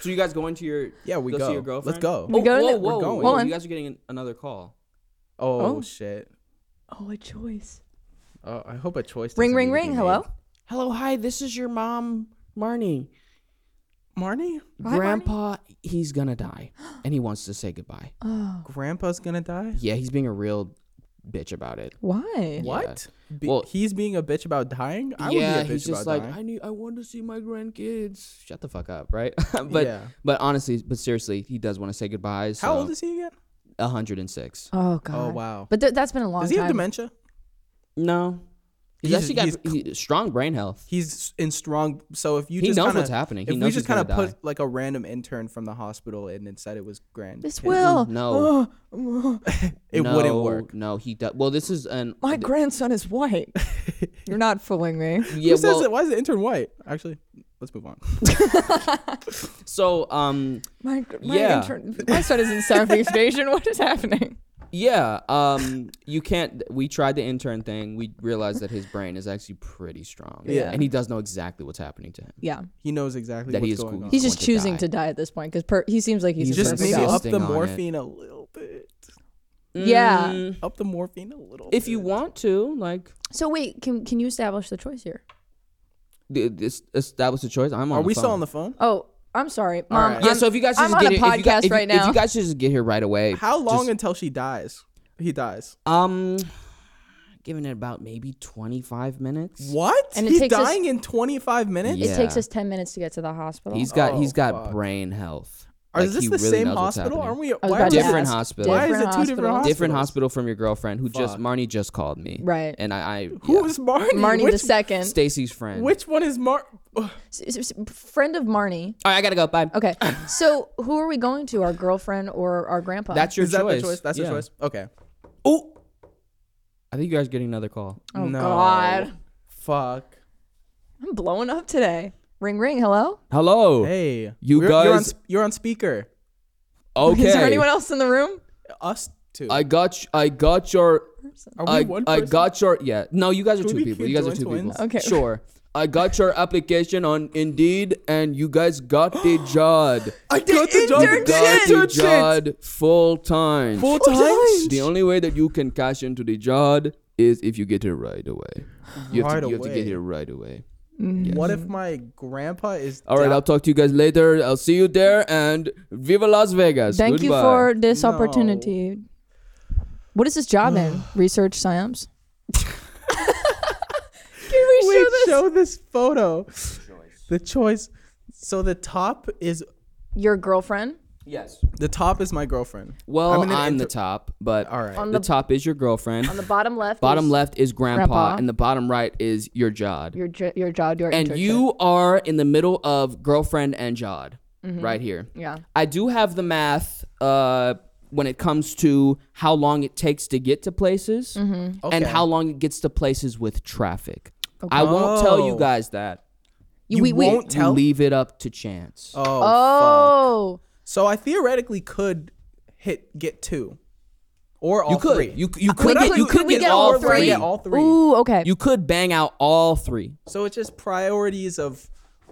So you guys going to your
Yeah, we
go,
go.
see your girlfriend?
Let's go.
We
oh,
go to
whoa,
the-
whoa,
we're going.
whoa,
Hold on.
You guys are getting an- another call.
Oh,
Oh.
shit.
Oh, a choice.
Uh, I hope a choice.
Ring,
doesn't
ring,
need to be
ring.
made.
Hello.
Hello, hi. This is your mom, Marnie.
Marnie.
Hi, Marnie.
Grandpa, he's gonna die, and he wants to say goodbye.
Oh,
Grandpa's gonna die.
Yeah, he's being a real bitch about it.
why?
What? Be-
Well-
he's being a bitch about dying. I
yeah,
would be a bitch
he's just
about
like,
dying.
I need, I want to see my grandkids. Shut the fuck up, right? but,
Yeah.
but honestly, but seriously, he does want to say goodbye. So
How old is he again?
106?
Oh God.
Oh wow.
But th- that's been a long
Does he
time.
have dementia?
No, he's,
He's-
actually got
he's cl-
he- strong brain health.
He's in strong. So if you
He
just
knows
kinda,
what's happening. He
if we
knows he's
just kind
gonna
of put
die.
like a random intern from the hospital in and said it was grand,
This will.
No,
it
no,
wouldn't work.
No, he does. Well, this is an
My grandson is white. You're not fooling me.
yeah.
Who says
Well,
that? Why is the intern white? Actually, let's move on.
so um,
My my,
Yeah.
intern, my son is in Southeast Asian. What is happening?
Yeah, um, you can't. We tried the intern thing. We realized that his brain is actually pretty strong.
Yeah.
and he does know exactly what's happening to him.
Yeah,
He knows exactly
That
what's
he is
going
cool.
on.
he's
I
just
want to
choosing
die.
to die at this point because per- he seems like he's,
He's
a
just
perfect
maybe
Persisting
op-
up the
on it.
morphine a little bit.
Yeah.
Mm,
Up the morphine a little.
if you want to, like,
So wait, can can you establish the choice here?
th- this, this- that was the choice. I'm on.
are
the
we
phone.
still on the phone?
Oh, I'm sorry, mom.
right.
Yeah.
I'm-
so if you guys
I'm
just
on
get
a
here- if you guys-
podcast
if you-
right
if
now.
you guys just get here right away.
How long
just-
until she dies? He dies.
um, giving it about maybe 25 minutes.
What?
And it
he's
takes us-
dying in 25 minutes.
It takes
Yeah.
us ten minutes to get to the hospital.
He's got. he's
Oh,
got
fuck.
brain health.
Are
Like,
is this
he
the
really
same
knows what's
hospital?
happening.
Aren't
I
we?
was
Why are
about to
we-
Different
ask.
hospital.
Why is it two
Different
different
hospital.
hospitals?
Different hospital from your girlfriend who just
Fuck.
Marnie just called me.
Right.
And I. I
Who is Marnie?
Marnie
which,
the second.
Stacy's friend?
Which one is Mar? Ugh.
S- s- s- friend of Marnie.
All right, I gotta go. Bye.
Okay, so who are we going to? Our girlfriend or our grandpa?
That's your
Is that
choice.
the choice? That's the
Yeah.
choice. Okay.
Oh, I think you guys are getting another call.
oh
No.
God,
Fuck.
I'm blowing up today. Ring ring. Hello.
Hello.
Hey,
You
we're- You're on,
guys-
sp- you're on speaker.
Okay.
Is there anyone else in the room?
Us two.
I got. You, I got your.
Are we
I,
one
I
person?
got your. Yeah. No, you guys are
Should
two
we
people.
be
You guys are
joint
two
twins?
people.
Okay.
Sure. I got your application on Indeed, and you guys got the job.
I got the job.
You got the job full time.
Full times.
The only way that you can cash into the job is if you get it right away. You have,
Right
to, you have to
away.
get it right away.
What if my grandpa is?
All right,
down-
I'll talk to you guys later. I'll see you there, and viva Las Vegas.
Thank you
Goodbye.
for this
No.
opportunity. What is this job in? Research science. Can we
Wait,
show this?
show this photo. The choice. So the top is
Your girlfriend
yes.
the top is my girlfriend.
Well, I'm,
in an inter-
the top, but
All right.
on
the
the,
top is your girlfriend.
on the bottom left.
bottom
is
left is grandpa,
Grandpa.
and the bottom right is your Jod.
Your jo- your job. Your
and
internship.
you are in the middle of girlfriend and Jod,
Mm-hmm.
right here.
Yeah.
I do have the math uh, when it comes to how long it takes to get to places and
Mm-hmm.
Okay.
how long it gets to places with traffic. I won't tell you
Oh.
guys that.
You,
You
we, we-
won't- Tell-
Leave it up to chance.
Oh. fuck.
oh.
So I theoretically could hit get two, or all
you could.
three.
You, you
Wait,
could get,
could-
you
could
could
we
get,
get
all
all
three.
three?
Yeah, all three.
Ooh. Okay.
You could bang out all three.
So it's just priorities of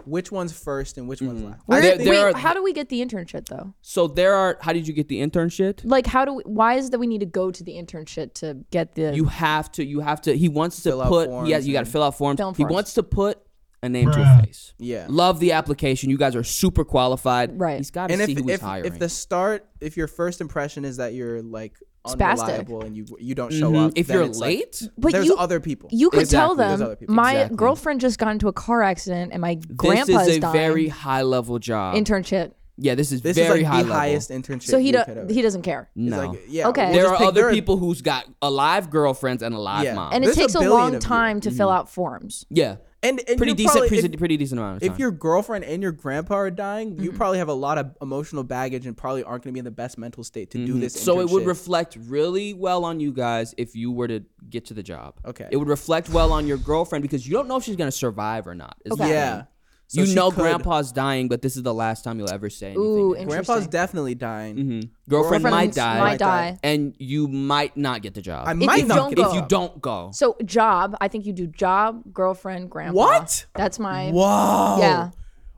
which one's first and which one's last.
Where-
I
There-
think-
there
wait,
are-
how do we get the internship though?
So there are. How did you get the intern shit?
Like, how do we, why is it that we need to go to the internship to get the?
You have to. You have to. He wants to
Fill out
put.
forms
Yeah, you got to
and-
fill out forms.
Fill out
He
forms.
wants to put a name to a face.
yeah.
Love the application. You guys are super qualified.
Right.
He's got to
And
see
if
who he's
if,
hiring.
if the start if your first impression is that you're like
Spastic.
unreliable and you you don't show
Mhm.
up,
If
then
you're
it's like,
late,
But
there's
you-
other people.
you could tell
Exactly.
There's
them
other people.
my
Exactly.
girlfriend just got into a car accident and my
this
grandpa's
is a
dying.
very high level job.
internship.
yeah, this is
this
very
is like
high
the
level.
highest internship.
So he
you
do,
could ever-
he doesn't care.
No.
It's like, yeah,
Okay.
we'll
there
just
are
pick-
other
there
people who's got alive girlfriends and alive
Yeah.
moms.
And it
There's a
takes a,
billion
long
of you. Mm.
time to fill out forms.
yeah,
and, and
pretty
you're
decent,
probably-
pretty,
if,
pretty decent amount of time.
if your girlfriend and your grandpa are dying,
Mm-hmm.
you probably have a lot of emotional baggage and probably aren't going to be in the best mental state to do this.
Mm-hmm. so it would
internship.
reflect really well on you guys if you were to get to the job.
Okay.
It would reflect well on your girlfriend because you don't know if she's gonna survive or not. is the
Yeah.
thing.
So
you
she
know
could-
grandpa's dying, but this is the last time you'll ever say anything.
Ooh,
to him.
Grandpa's
Interesting.
definitely dying.
Mhm. girlfriend
Friends
might die,
Might
Might
die.
die.
and you might not get the job
I
if
might
you
not
don't
get
go-
the
If
you
job.
don't go.
So job, I think you do job, girlfriend, grandpa.
What?
That's my.
Whoa.
Yeah.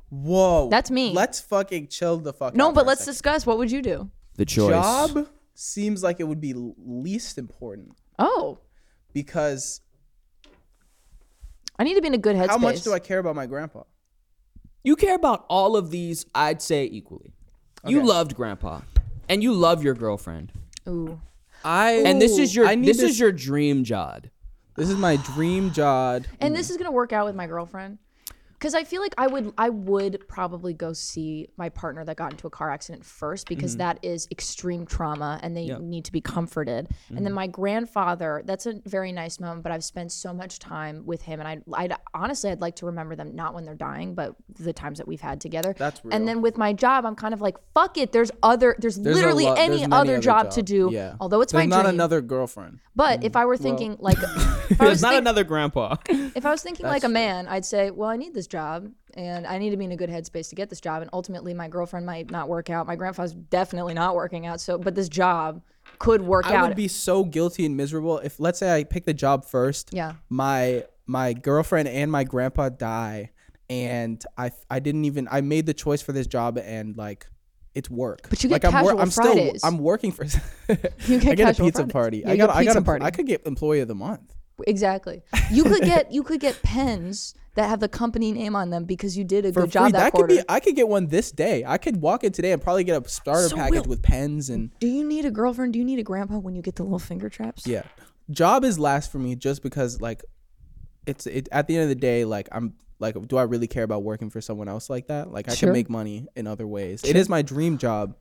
Whoa.
That's me.
Let's fucking chill the fuck.
No,
out
but
for a
let's
second.
discuss. What would you do?
The choice.
job seems like it would be l- least important
Oh,
because
I need to be in a good headspace.
how much do I care about my grandpa?
You care about all of these, I'd say equally. You
Okay.
loved grandpa, and you love your girlfriend,
Ooh.
I
and this is your
I need
this, is your dream job.
this is my dream job.
And this is gonna work out with my girlfriend. Cause I feel like I would I would probably go see my partner that got into a car accident first because
Mm-hmm.
that is extreme trauma and they need to be comforted. And
Mm-hmm.
then my grandfather, that's a very nice moment, but I've spent so much time with him and I I'd honestly I'd like to remember them not when they're dying, but the times that we've had together.
That's real.
And then with my job, I'm kind of like, fuck it. There's other there's,
There's a
literally
lot-
any
there's many
other job, to do.
Yeah.
Although it's
There's
my
not
dream.
another Mm. girlfriend.
but if I were thinking like if I was
There's not
think-
another grandpa.
if I was thinking like a man, I'd say, well, I need this job and I need to be in a good headspace to get this job. And ultimately, my girlfriend might not work out. My grandpa's definitely not working out. So, but this job could work
I
out.
would be so guilty and miserable if let's say I pick the job first.
Yeah.
My my girlfriend and my grandpa die and I I didn't even I made the choice for this job and like it's work.
But you get
like I'm
casual
I'm
Fridays.
still I'm working for
You get
I get a
casual
pizza
Fridays.
party.
Yeah,
I
you
got
get
I got
pizza
a,
party.
I could get employee of the month.
exactly. You could get you could get pens that have the company name on them because you did a
For
good job
free.
that,
that
quarter.
could be I could get one this day. I could walk in today and probably get a starter
So
package
Will-
with pens and
Do you need a girlfriend? Do you need a grandpa when you get the little finger traps?
Yeah. Job is last for me just because like it's it at the end of the day, like I'm like do I really care about working for someone else like that? Like I
Sure.
can make money in other ways. It is my dream job.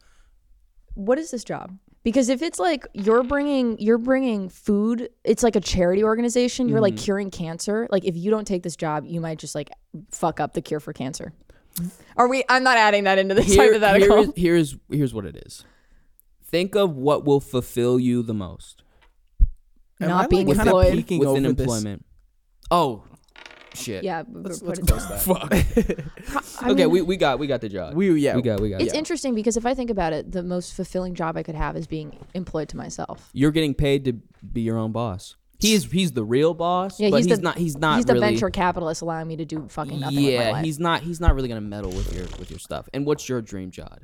what is this job? Because if it's like you're bringing you're bringing food, it's like a charity organization. You're
Mm-hmm.
like curing cancer. Like if you don't take this job, you might just like fuck up the cure for cancer. Are we? I'm not adding that into this
Here-
hypothetical.
here's, here's here's what it is. Think of what will fulfill you the most
Am
Not
I, like,
being
kinda
employed.
peeking
within
over this-
employment. Oh, shit.
yeah,
Let's,
but
let's
it-
close that.
Fuck.
I
okay,
mean,
we, we got we got the job.
We yeah.
we got we got.
it's
it.
interesting because if I think about it, the most fulfilling job I could have is being employed to myself.
You're getting paid to be your own boss. He's he's the real boss.
Yeah,
but
he's
he's,
the-
not. He's not.
He's the
really,
venture capitalist allowing me to do fucking nothing with my
yeah
life.
he's not he's not really gonna meddle with your with your stuff and what's your dream job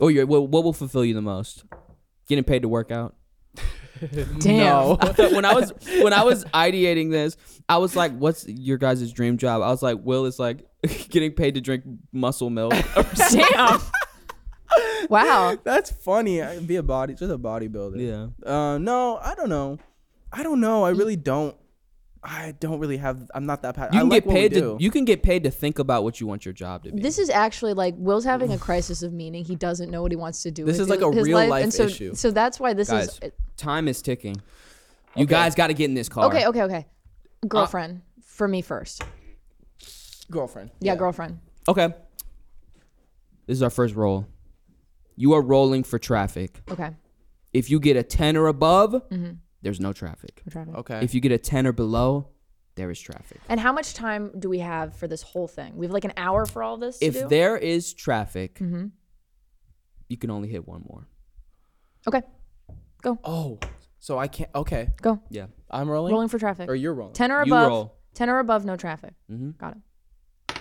or your what, what will fulfill you the most getting paid to work out
Damn.
No.
when i was when i was ideating this i was like what's your guys' dream job i was like will is like getting paid to drink muscle milk or something.
Damn. wow.
That's funny. I be a body just a bodybuilder.
yeah
Uh, no, I don't know. I don't know. I really don't. I don't really have. I'm not that. Pa-
you
I
can
like
get
what we
paid to
do.
you can get paid to think about what you want your job to be
This is actually like Will's having a crisis of meaning. He doesn't know what he wants to do.
This
with
is like
his-
a
his
real
life,
life
and so,
issue.
So that's why this
Guys.
is
time is ticking you guys got to get in this car
okay. Okay. Okay.
Uh,
Girlfriend for me first.
girlfriend.
Yeah, girlfriend.
okay this is our first roll you are rolling for traffic
Okay.
If you get a 10 or above, there's no traffic.
We're driving.
Okay.
If you get a 10 or below, there is traffic.
And how much time do we have for this whole thing? We have like an hour for all this. to do? Mm-hmm.
If there is traffic, you can only hit one more.
okay,
oh, so I can't. Okay,
go
Yeah.
I'm rolling.
rolling for traffic.
Or you're rolling.
Ten or
You
above.
roll.
Ten or above, no traffic.
Mm-hmm.
Got it.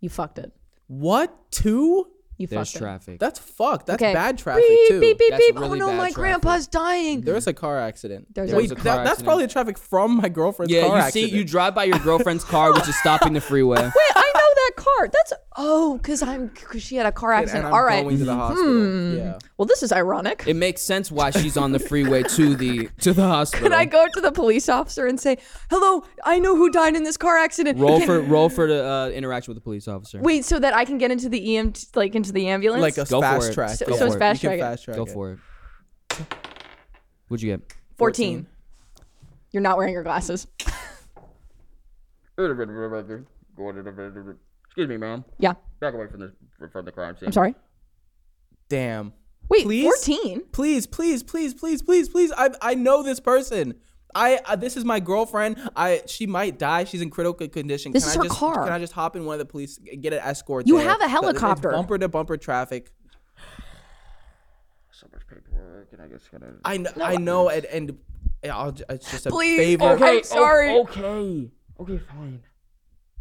You fucked it.
What two?
You
There's
fucked
traffic.
That's fucked. That's
Okay.
bad traffic
it.
too.
Beep beep beep
That's
beep. oh
really
no,
bad
my
traffic.
grandpa's dying.
There was a car accident.
There's
Wait,
a-
There was a
that-
car
that's
accident.
probably the traffic from my girlfriend's
yeah,
car
you
accident.
see you drive by your girlfriend's car which is stopping the freeway.
Wait, I know that car. That's oh, cause I'm cause she had a car
and
accident.
I'm
All right.
going to the hospital. Hmm. Yeah.
Well, this is ironic.
It makes sense why she's on the freeway to the to the hospital.
Can I go to the police officer and say, "Hello, I know who died in this car accident."
roll
Can-
for roll for the uh, interaction with the police officer.
wait, so that I can get into the EM, like into the ambulance.
Like a
Go for
fast
it.
track.
So-
yeah.
so it's
for it.
fast
You can
track it.
fast track.
go
it.
for it. What'd you get?
14. You're not wearing your glasses.
Excuse me, ma'am.
Yeah,
Back away from the from the crime scene.
I'm sorry.
Damn.
Wait,
Please?
14.
Please, please, please, please, please, please. I I know this person. I uh, this is my girlfriend. I she might die. She's in critical condition.
This
can
is
I
her
just,
car.
Can I just hop in one of the police? Get an escort.
You
there.
have a
Th- it's
helicopter.
Bumper to bumper traffic. I know. I know. And, and I'll, j- it's just a
Please,
favor.
okay. I'm sorry.
oh. okay. Okay, fine.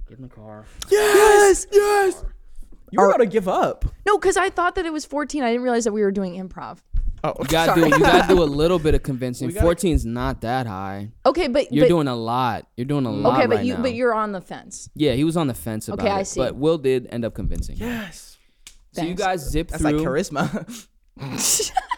Get in the car.
Yes. Yes. You are, gotta give up.
No, because I thought that it was 14. I didn't realize that we were doing improv.
Oh,
You gotta do you gotta do a little bit of convincing. 14's not that high.
Okay, but
You're
but, Mm.
doing a lot. You're doing a lot.
okay, but
right
you
now.
but you're on the fence.
Yeah, he was on the fence about
Okay, I
it,
see.
But Will did end up convincing. him.
Yes.
So you
Thanks.
guys zip
That's
through.
like charisma.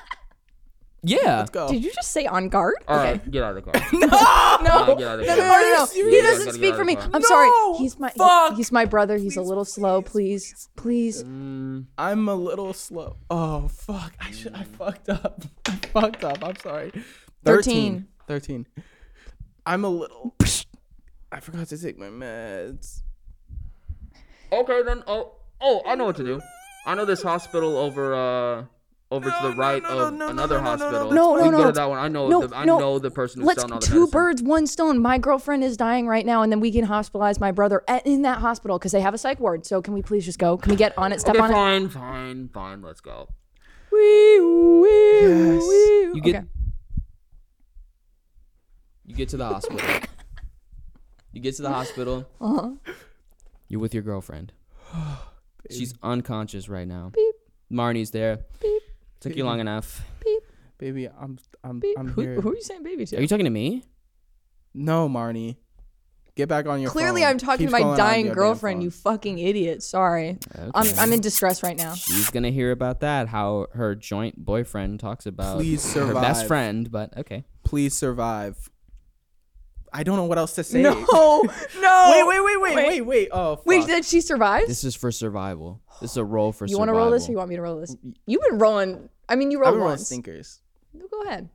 Yeah.
Let's go.
Did you just say on guard?
All
okay.
right, get out of the car.
No, no,
get out
no,
of
no,
here.
Are you
no, no. He
serious?
doesn't
Gotta get
speak
out
for
of
me.
the car.
I'm sorry.
No,
He's my he-
fuck.
he's my brother. He's a little slow. Please, please.
I'm a little slow. Oh fuck! I should. I fucked up. I fucked up. I'm sorry.
13.
Thirteen. I'm a little. I forgot to take my meds.
okay, then. Oh, oh, I know what to do. I know this hospital over uh over to the right
no, no,
of
no, no,
another
no, no, no,
hospital.
no,
We
no,
can
no.
Go to that one. I know.
No,
the, I
no.
know the person who's
Let's
selling all the
two
medicine.
birds, one stone. My girlfriend is dying right now, and then we can hospitalize my brother at, in that hospital because they have a psych ward. So can we please just go? Can we get on it? Step
Okay,
on it.
fine, fine, fine. Let's go.
Yes.
You get
Okay.
You get to the hospital. you get to the hospital.
Uh-huh.
You're with your girlfriend. She's unconscious right now. Beep. Marnie's there. Beep. Took you long enough.
Baby, I'm. I'm. I'm
Who,
here.
who are you saying baby
Are
to?
you talking to me?
No, Marnie. Get back on your.
Clearly,
phone.
I'm talking
Keep
to my
scrolling on
dying
your damn
girlfriend.
phone.
You fucking idiot. Sorry. I'm I'm in distress right now.
She's gonna hear about that. How her joint boyfriend talks about
Please
her best
survive.
friend, but okay.
Please survive. I don't know what else to say.
No, no.
Wait, wait, wait, wait, wait, wait. Oh, fuck.
Wait, did she survive?
This is for survival. This is a roll for
You
survival.
want to roll this, or you want me to roll this? You've been rolling. I mean, you
I'm
rolled
rolling
once.
stinkers.
No, Go ahead.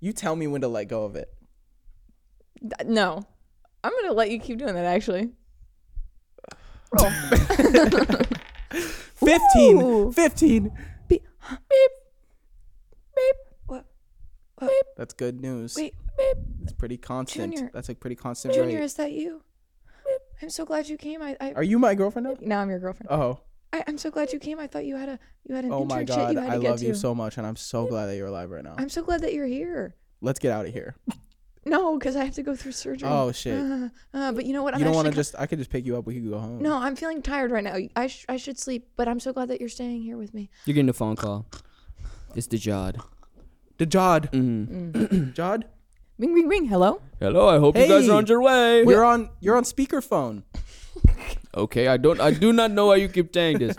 You tell me when to let go of it.
Th- No, I'm gonna let you keep doing that. Actually, roll.
15
Ooh.
15
Beep. Beep. Beep. What? What?
that's good news
Wait, babe,
it's pretty constant
Junior.
that's a pretty constant
Junior,
rate
is that you? I'm so glad you came. I, I,
are you my girlfriend now
Now I'm your girlfriend.
oh
I I'm so glad you came. I thought you had a you had an
oh
internship
my god
you had to
i
get
love
to.
you so much and i'm so glad that you're alive right now
I'm so glad that you're here.
let's get out of here
No, because I have to go through surgery.
oh shit
Uh, uh, but you know what? I'm
you don't want to
actually
just i could just pick you up we could go home
No, I'm feeling tired right now. I, sh- I should sleep, but I'm so glad that you're staying here with me.
You're getting a phone call. It's the Jod.
the jod
Mm-hmm.
Mm.
jod
Ring, ring, ring. Hello.
Hello, I hope
you guys are on
your way.
you're on you're on speakerphone
Okay, I don't I do not know why you keep saying this.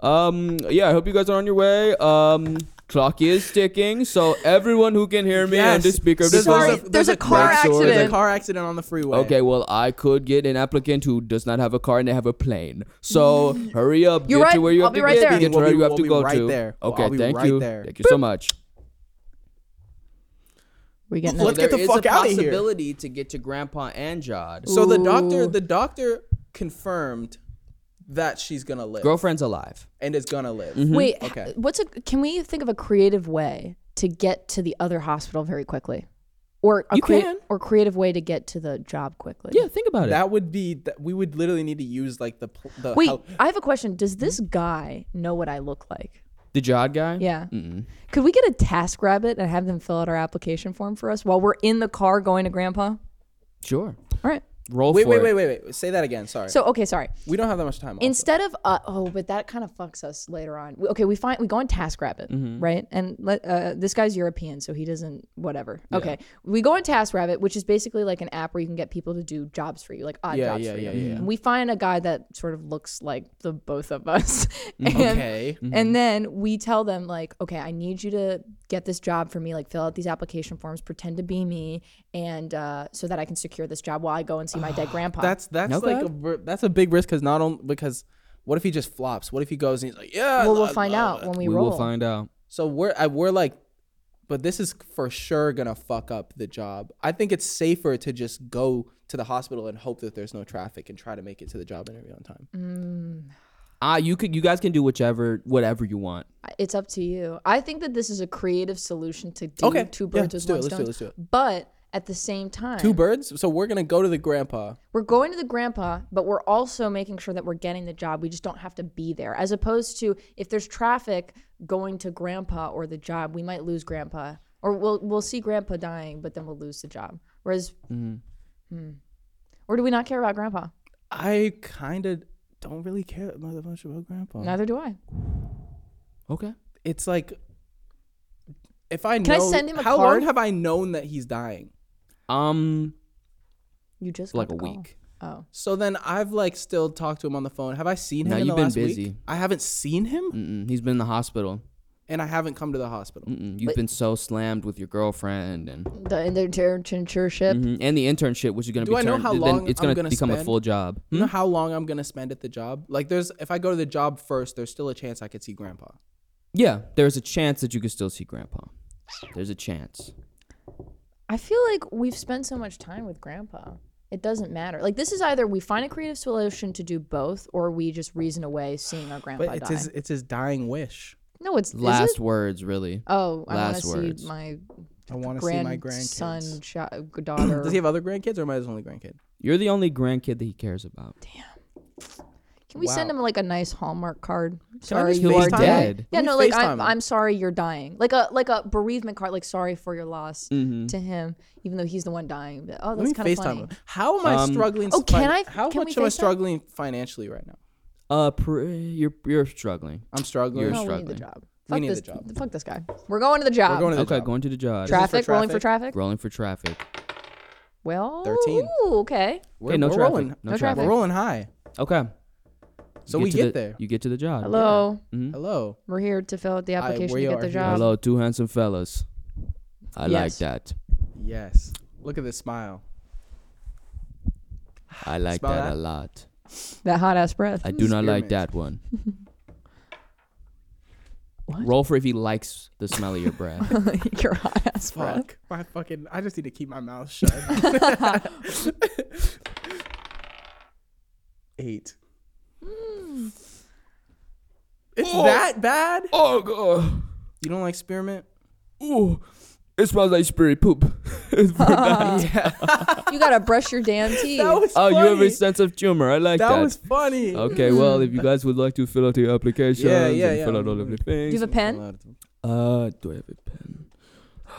um yeah, I hope you guys are on your way. Um clock is ticking, so everyone who can hear me on the
Yes.
speaker of this
Sorry,
phone-
there's a car
there's a
accident.
car accident on the freeway
Okay, well, I could get an applicant who does not have a car and they have a plane. So hurry up,
You're
get to
right,
where you
I'll
have
be
to
right
get,
there.
get to
We'll
where
be-
you have
we'll
to
be
go
right
to.
there. I'll
Okay,
be
thank
right
you.
there.
Thank you so much.
We getting
Let's get the fuck outta here.
to get to Grandpa and Jod.
so the doctor the doctor confirmed that she's gonna live
Girlfriend's alive.
and is gonna live
Mm-hmm. Hmm?
Wait. h-
Okay.
What's a? Can we think of a creative way to get to the other hospital very quickly, or a
You
crea-
can.
or creative way to get to the job quickly?
Yeah, think about it.
That would be that we would literally need to use like the pl- the
Wait,
hel-
I have a question.
Hmm?
Does this guy know what I look like?
the Jod guy?
Yeah.
Mm-hmm.
Could we get a task rabbit and have them fill out our application form for us while we're in the car going to grandpa? All
Sure.
right.
Roll
wait,
for
wait,
it.
wait, wait, wait. Say that again. Sorry.
So okay, sorry.
we don't have that much time. also.
Instead of uh, oh, but that kind of fucks us later on. We- Okay, we find we go on TaskRabbit,
Mm-hmm.
right? And let uh, this guy's European, so he doesn't whatever. Okay, we go on TaskRabbit, which is basically like an app where you can get people to do jobs for you, like odd
Yeah,
jobs
yeah,
for
yeah,
you.
yeah, yeah.
And we find a guy that sort of looks like the both of us. and,
Mm, Okay. Mm-hmm.
And then we tell them like, okay, I need you to get this job for me. Like, fill out these application forms, pretend to be me, and uh, so that I can secure this job while I go and see my dead grandpa.
that's that's like a, ver- that's a big risk because not only because what if he just flops? What if he goes and he's like, yeah. I
well, we'll
love-
find
love
out
it."
when we,
We
roll.
will find out.
So we're I, we're like, but this is for sure gonna fuck up the job. I think it's safer to just
Mm.
go to the hospital and hope that there's no traffic and try to make it to the job interview on time.
Ah, you could you guys can do whichever whatever you want.
It's up to you. I think that this is a creative solution to do
Okay,
two
yeah,
birds
let's
with
do it,
one
let's do
stone.
it, let's do it.
But at the same time,
Two birds. So we're gonna go to the grandpa.
we're going to the grandpa, but we're also making sure that we're getting the job. We just don't have to be there. As opposed to if there's traffic going to grandpa or the job, we might lose grandpa, or we'll we'll see grandpa dying, but then we'll lose the job. Whereas,
Mm-hmm.
Hmm. or do we not care about
Mm.
grandpa?
I kind of don't really care that much about grandpa.
Neither do I.
Okay.
It's like if I
Can I
know-
send him a
how long
card?
have I known that he's dying?
Um,
You just got
like a
the call.
week.
Oh,
So then I've like still talked to him on the phone. Have I seen him?
No,
in
you've
the
been
last week?
busy.
I haven't seen him,
Mm-mm, he's been in the hospital.
and I haven't come to the hospital.
Mm-mm, you've been so slammed with your girlfriend and
the internship.
Mhm, and the internship, which is going to
Do
be
I know
turned-
how
then
long
it's
I'm
gonna
gonna
become a
spend?
full job.
You know how long I'm gonna spend at the job? Like, there's if I go to the job first, there's still a chance I could see grandpa.
Yeah, there's a chance that you can still see Grandpa. There's a chance.
I feel like we've spent so much time with grandpa. It doesn't matter. Like this is either we find a creative solution to do both, or we just reason away seeing our grandpa
But it's
die.
his it's his dying wish.
no, it's is it?
Last words, really.
Oh, I want
last
to
words.
see my
I want to see my
grandson,
grandkids.
chi- daughter.
Does he have other grandkids, or am I his only grandkid?
You're the only grandkid that he cares about.
Can we send
Wow.
him like a nice Hallmark card?
Can I
Sorry,
just
you are
FaceTime him?
dead.
Dead.
Yeah,
Can we
no, like
FaceTime
I'm,
him?
I'm sorry you're dying. Like a like a bereavement card, like sorry for your loss
Mm-hmm.
to him, even though he's the one dying. But, oh,
Let
that's
me
kind of funny.
FaceTime him. How am I struggling?
oh, can
fin-
I-
How
can we
much am I
FaceTime?
struggling financially right now?
Uh, pr- you're you're struggling.
I'm struggling.
You're
No, we need the
struggling.
job.
We
fuck
need
this,
the job.
Fuck this guy. We're going to the job.
We're going to the
Okay,
job.
going to the job.
Tra-
traffic, rolling for traffic.
Rolling for traffic.
Well,
13.
ooh, okay.
We're,
Okay, no
we're
traffic.
rolling.
No
No, traffic.
traffic.
We're rolling high.
Okay.
So
You
we
to
get
the-
there.
You get to the job.
Hello,
Hello.
we're here to fill out the application
we
to
are
get the
here.
job.
Hello, two handsome fellas. I
Yes.
like that.
Yes. Look at this smile.
I like
Smell
that,
that?
a lot.
That hot ass breath.
I do not like
Spearmint.
that one.
What?
Roll for if he likes the smell of your breath.
Your hot ass breath.
Fuck. My fucking. I just need to keep my mouth shut. Eight. Hmm. It's that bad.
oh god.
You don't like spearmint?
Ooh, it smells like spirit poop. It's for that.
you gotta brush your damn teeth.
Oh, you have a sense of humor. I like
that,
that. Oh,
was funny.
okay, well, if you guys would like to fill out your applications
Yeah, yeah,
and
yeah.
fill out all of the
do
things.
you have a pen?
Oh
uh, do I have a pen?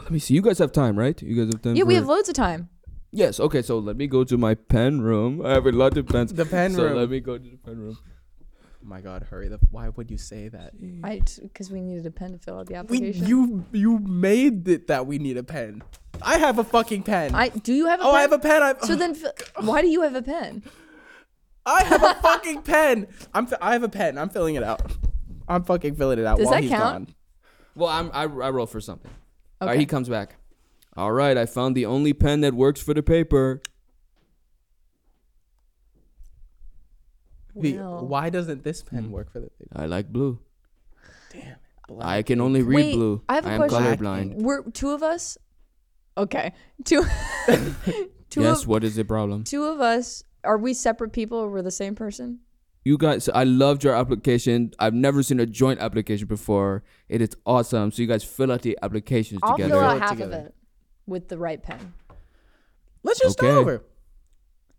Let me see. You guys have time, right? You guys have time.
Yeah, we
for-
have loads of time.
Yes. Okay, so let me go to my pen room. I have a lot of pens.
The pen
so
room.
let me go to the pen room.
Oh my god, hurry! The, why would you say that?
I because we needed a pen to fill out the
We,
application.
you you made it that we need a pen. I have a fucking pen.
I do you have a
oh,
pen?
I have a pen. I,
So then, fi- why do you have a pen?
I have a fucking pen. I'm fi- I have a pen. I'm filling it out. I'm fucking filling it out.
Does
while
that
he's
count?
gone.
Well, I'm, I, I roll for something. All right,
Okay.
he comes back. All right, I found the only pen that works for the paper.
The-
Wow.
Why doesn't this
Hmm.
pen work for the thing?
I like blue. Damn it. I can only read
Wait,
blue.
I have a
am
question.
colorblind.
We're two of us. Okay, two. two
yes,
of
what is the problem?
two of us. Are we separate people or we're the same person?
You guys, I loved your application. I've never seen a joint application before. It is awesome. So you guys fill out the applications
I'll
together.
fill
Fill
out
it
half of
together.
it with the right pen.
Let's just start
Okay.
over.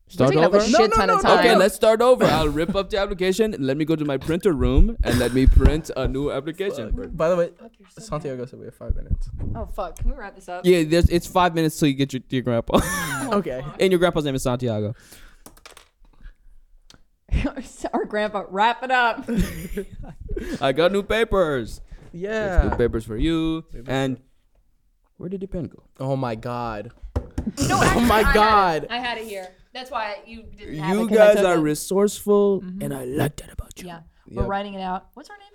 Start
We're taking
over.
up a shit
No,
ton
no,
of
no, no.
time.
okay, let's start over. I'll rip up the application. Let me go to my printer room and let me print a new application.
By the way, Santiago said we have five minutes.
Oh fuck! Can we wrap this up?
Yeah, there's, it's five minutes till you get your, to your grandpa.
Oh,
Okay.
and your grandpa's name is Santiago.
Our grandpa, wrap it up.
I got new papers. There's new
Yeah.
papers for you. and where did the pen go?
Oh my god. oh my god.
I had it here. That's why you didn't have
You
it. 'cause I
guys
took
are
it.
resourceful, and I like that about you.
yeah. We're
Yep.
writing it out. What's her name?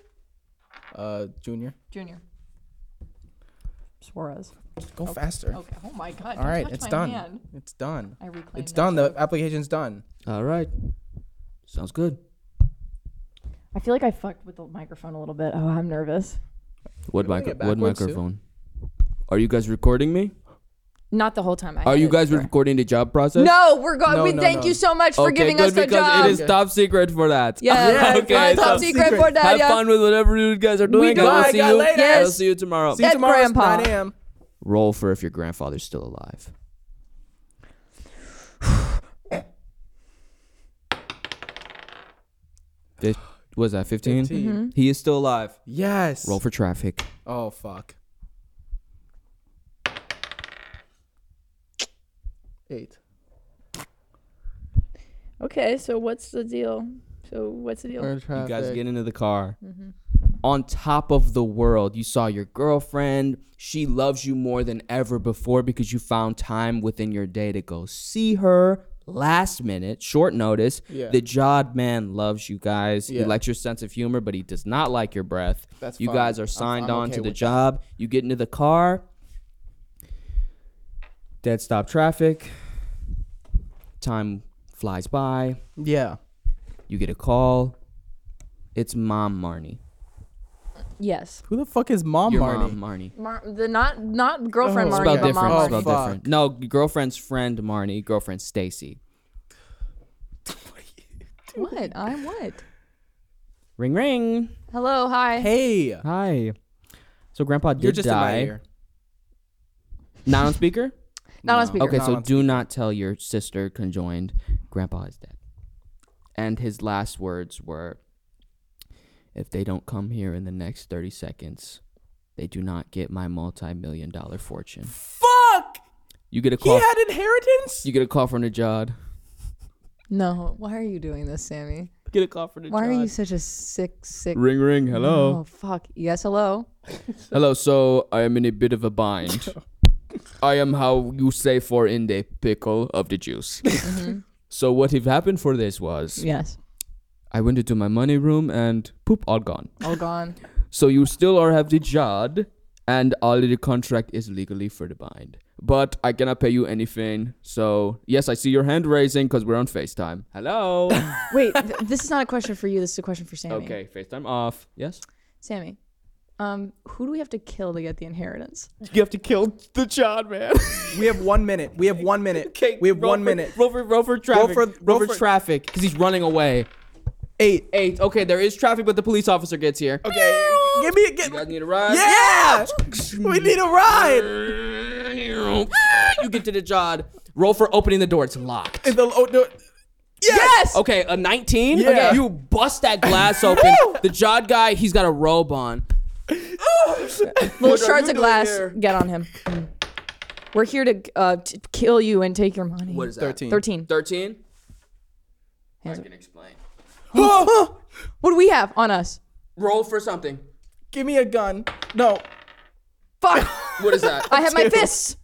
Uh, Junior,
Junior. Suarez.
go faster.
Okay. Oh my God.
All right, it's done. It's done.
I reclaimed.
It's done. The application's done.
All right. Sounds good.
I feel like I fucked with the microphone a little bit. Oh, I'm nervous.
What,
doing
micro-
it
what
backwards, too.
microphone? Are you guys recording me?
Not the whole time. I
Are you
hated
guys
her.
recording the job process?
No, we're going.
No,
we
no,
thank
no.
you so much for
Okay,
giving
good,
us the
because
job.
It is top secret for that.
Yeah,
okay.
it's
so
top secret, for
have
that. Yeah.
fun with whatever you guys are doing.
do.
I will
Bye,
see
guys,
you.
later.
I will
Yes.
see you tomorrow.
See you
At
tomorrow. it's
Grandpa.
9 a.m.
Roll for if your grandfather's still alive. Fif- was that 15?
15.
Mm-hmm.
He is still alive.
Yes.
Roll for traffic.
Oh fuck. Eight.
Okay, so what's the deal? So what's the deal?
You guys get into the car.
Mm-hmm.
On top of the world, you saw your girlfriend. She loves you more than ever before because you found time within your day to go see her. Last minute, short notice.
Yeah.
The Jod man loves you guys. He
Yeah.
likes your sense of humor, but he does not like your breath.
That's
you
fine.
guys are
I'm-
signed
I'm
on
okay
to the
with that.
job. You get into the car. Dead stop traffic. Time flies by.
Yeah.
You get a call. It's mom Marnie.
Yes,
Who the fuck is Mom
Your
Marty?
mom Marnie.
Mar- the not not girlfriend
Oh.
Marty,
Spelled
but
different.
mom
spelled
Marty.
fuck.
different. No, girlfriend's friend Marnie. Girlfriend Stacy.
What? I'm what?
Ring ring.
Hello, hi.
Hey.
Hi. So grandpa did
You're just
die.
in my ear.
Not on speaker.
Not on
No.
speaker.
okay,
not
so
on
do not tell your sister conjoined. Grandpa is dead. And his last words were, "If they don't come here in the next thirty seconds, they do not get my multi-million dollar fortune."
Fuck.
You get a
He
call.
had inheritance.
you get a call from the Jod.
No, why are you doing this, Sammy?
Get a call from the
Why are you such a sick, sick?
Ring ring. Hello.
Oh fuck. Yes, hello.
Hello, so I am in a bit of a bind. I am how you say for in the pickle of the juice. so what have happened for this was
Yes.
I went into my money room and poop all gone.
All gone.
So you still are have the jad and all the contract is legally for the bind. But I cannot pay you anything. So yes, I see your hand raising because we're on FaceTime. Hello.
Wait, th- this is not a question for you. This is a question for Sammy.
okay, FaceTime off. Yes.
Sammy, um, who do we have to kill to get the inheritance?
You have to kill the jad man.
We have one minute. We have one minute. we have
roll
one
for-
minute.
Roll for, roll for traffic.
for-
Roll for,
roll for-
traffic because he's running away.
Eight.
Eight. Okay, there is traffic, but the police officer gets here.
Okay. Give me a get.
You guys need a ride.
Yeah. we need a ride.
You get to the job. Roll for opening the door. It's locked.
The, oh, no.
Yes.
Okay, a 19.
Yeah.
Okay, you bust that glass open. the Jod guy, he's got a robe on.
Little
are
shards
you
of
doing
glass.
here?
Get on him. Mm. We're here to uh, t- kill you and take your money.
What is that?
13.
13.
13? I
Hands up.
can explain.
Oh,
What do we have on us?
Roll for something.
give me a gun. No.
Fuck.
What is that?
I have my fists.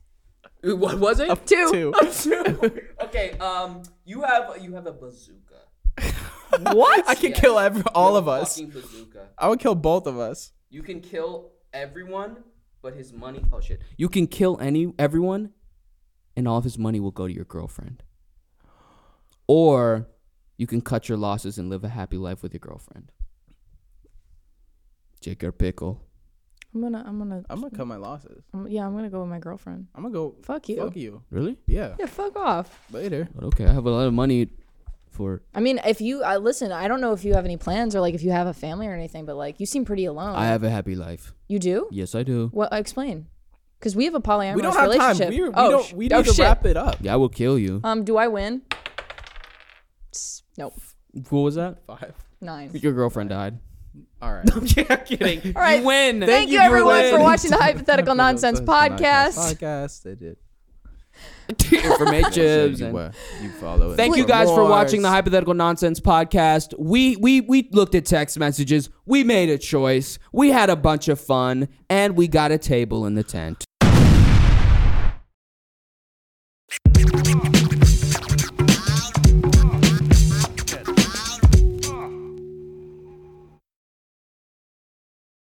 what was it?
Two.
Two.
okay, um, you have you have a bazooka.
What? I could kill every, all of
Fucking
us.
bazooka.
I would kill both of us.
You can kill everyone, but his money. Oh shit! You can kill any everyone, and all of his money will go to your girlfriend. Or you can cut your losses and live a happy life with your girlfriend. Jake or pickle.
I'm gonna, I'm gonna,
I'm gonna cut my losses.
I'm- yeah, I'm gonna go with my girlfriend.
I'm gonna go.
Fuck you.
Fuck you.
Really?
Yeah.
Yeah, fuck off.
Later.
Okay, I have a lot of money for.
I mean, if you uh, listen, I don't know if you have any plans or like if you have a family or anything, but like you seem pretty alone.
I have a happy life.
you do?
Yes, I do.
Well, explain. Because we have a polyamorous
We don't have time.
relationship.
We're, we
oh, sh-
don't. We need
oh,
to
shit.
wrap it up.
Yeah, I will kill you.
Um, do I win? S- Nope.
What was that?
Five.
Nine.
Your girlfriend died.
All right.
yeah, I'm kidding.
All right.
You win.
Thank, you,
you, you
everyone,
win.
for watching the hypothetical nonsense podcast.
Podcast. They did.
Informatives and-
You follow it.
Thank you guys for watching the hypothetical nonsense podcast. We we we looked at text messages. We made a choice. We had a bunch of fun, and we got a table in the tent.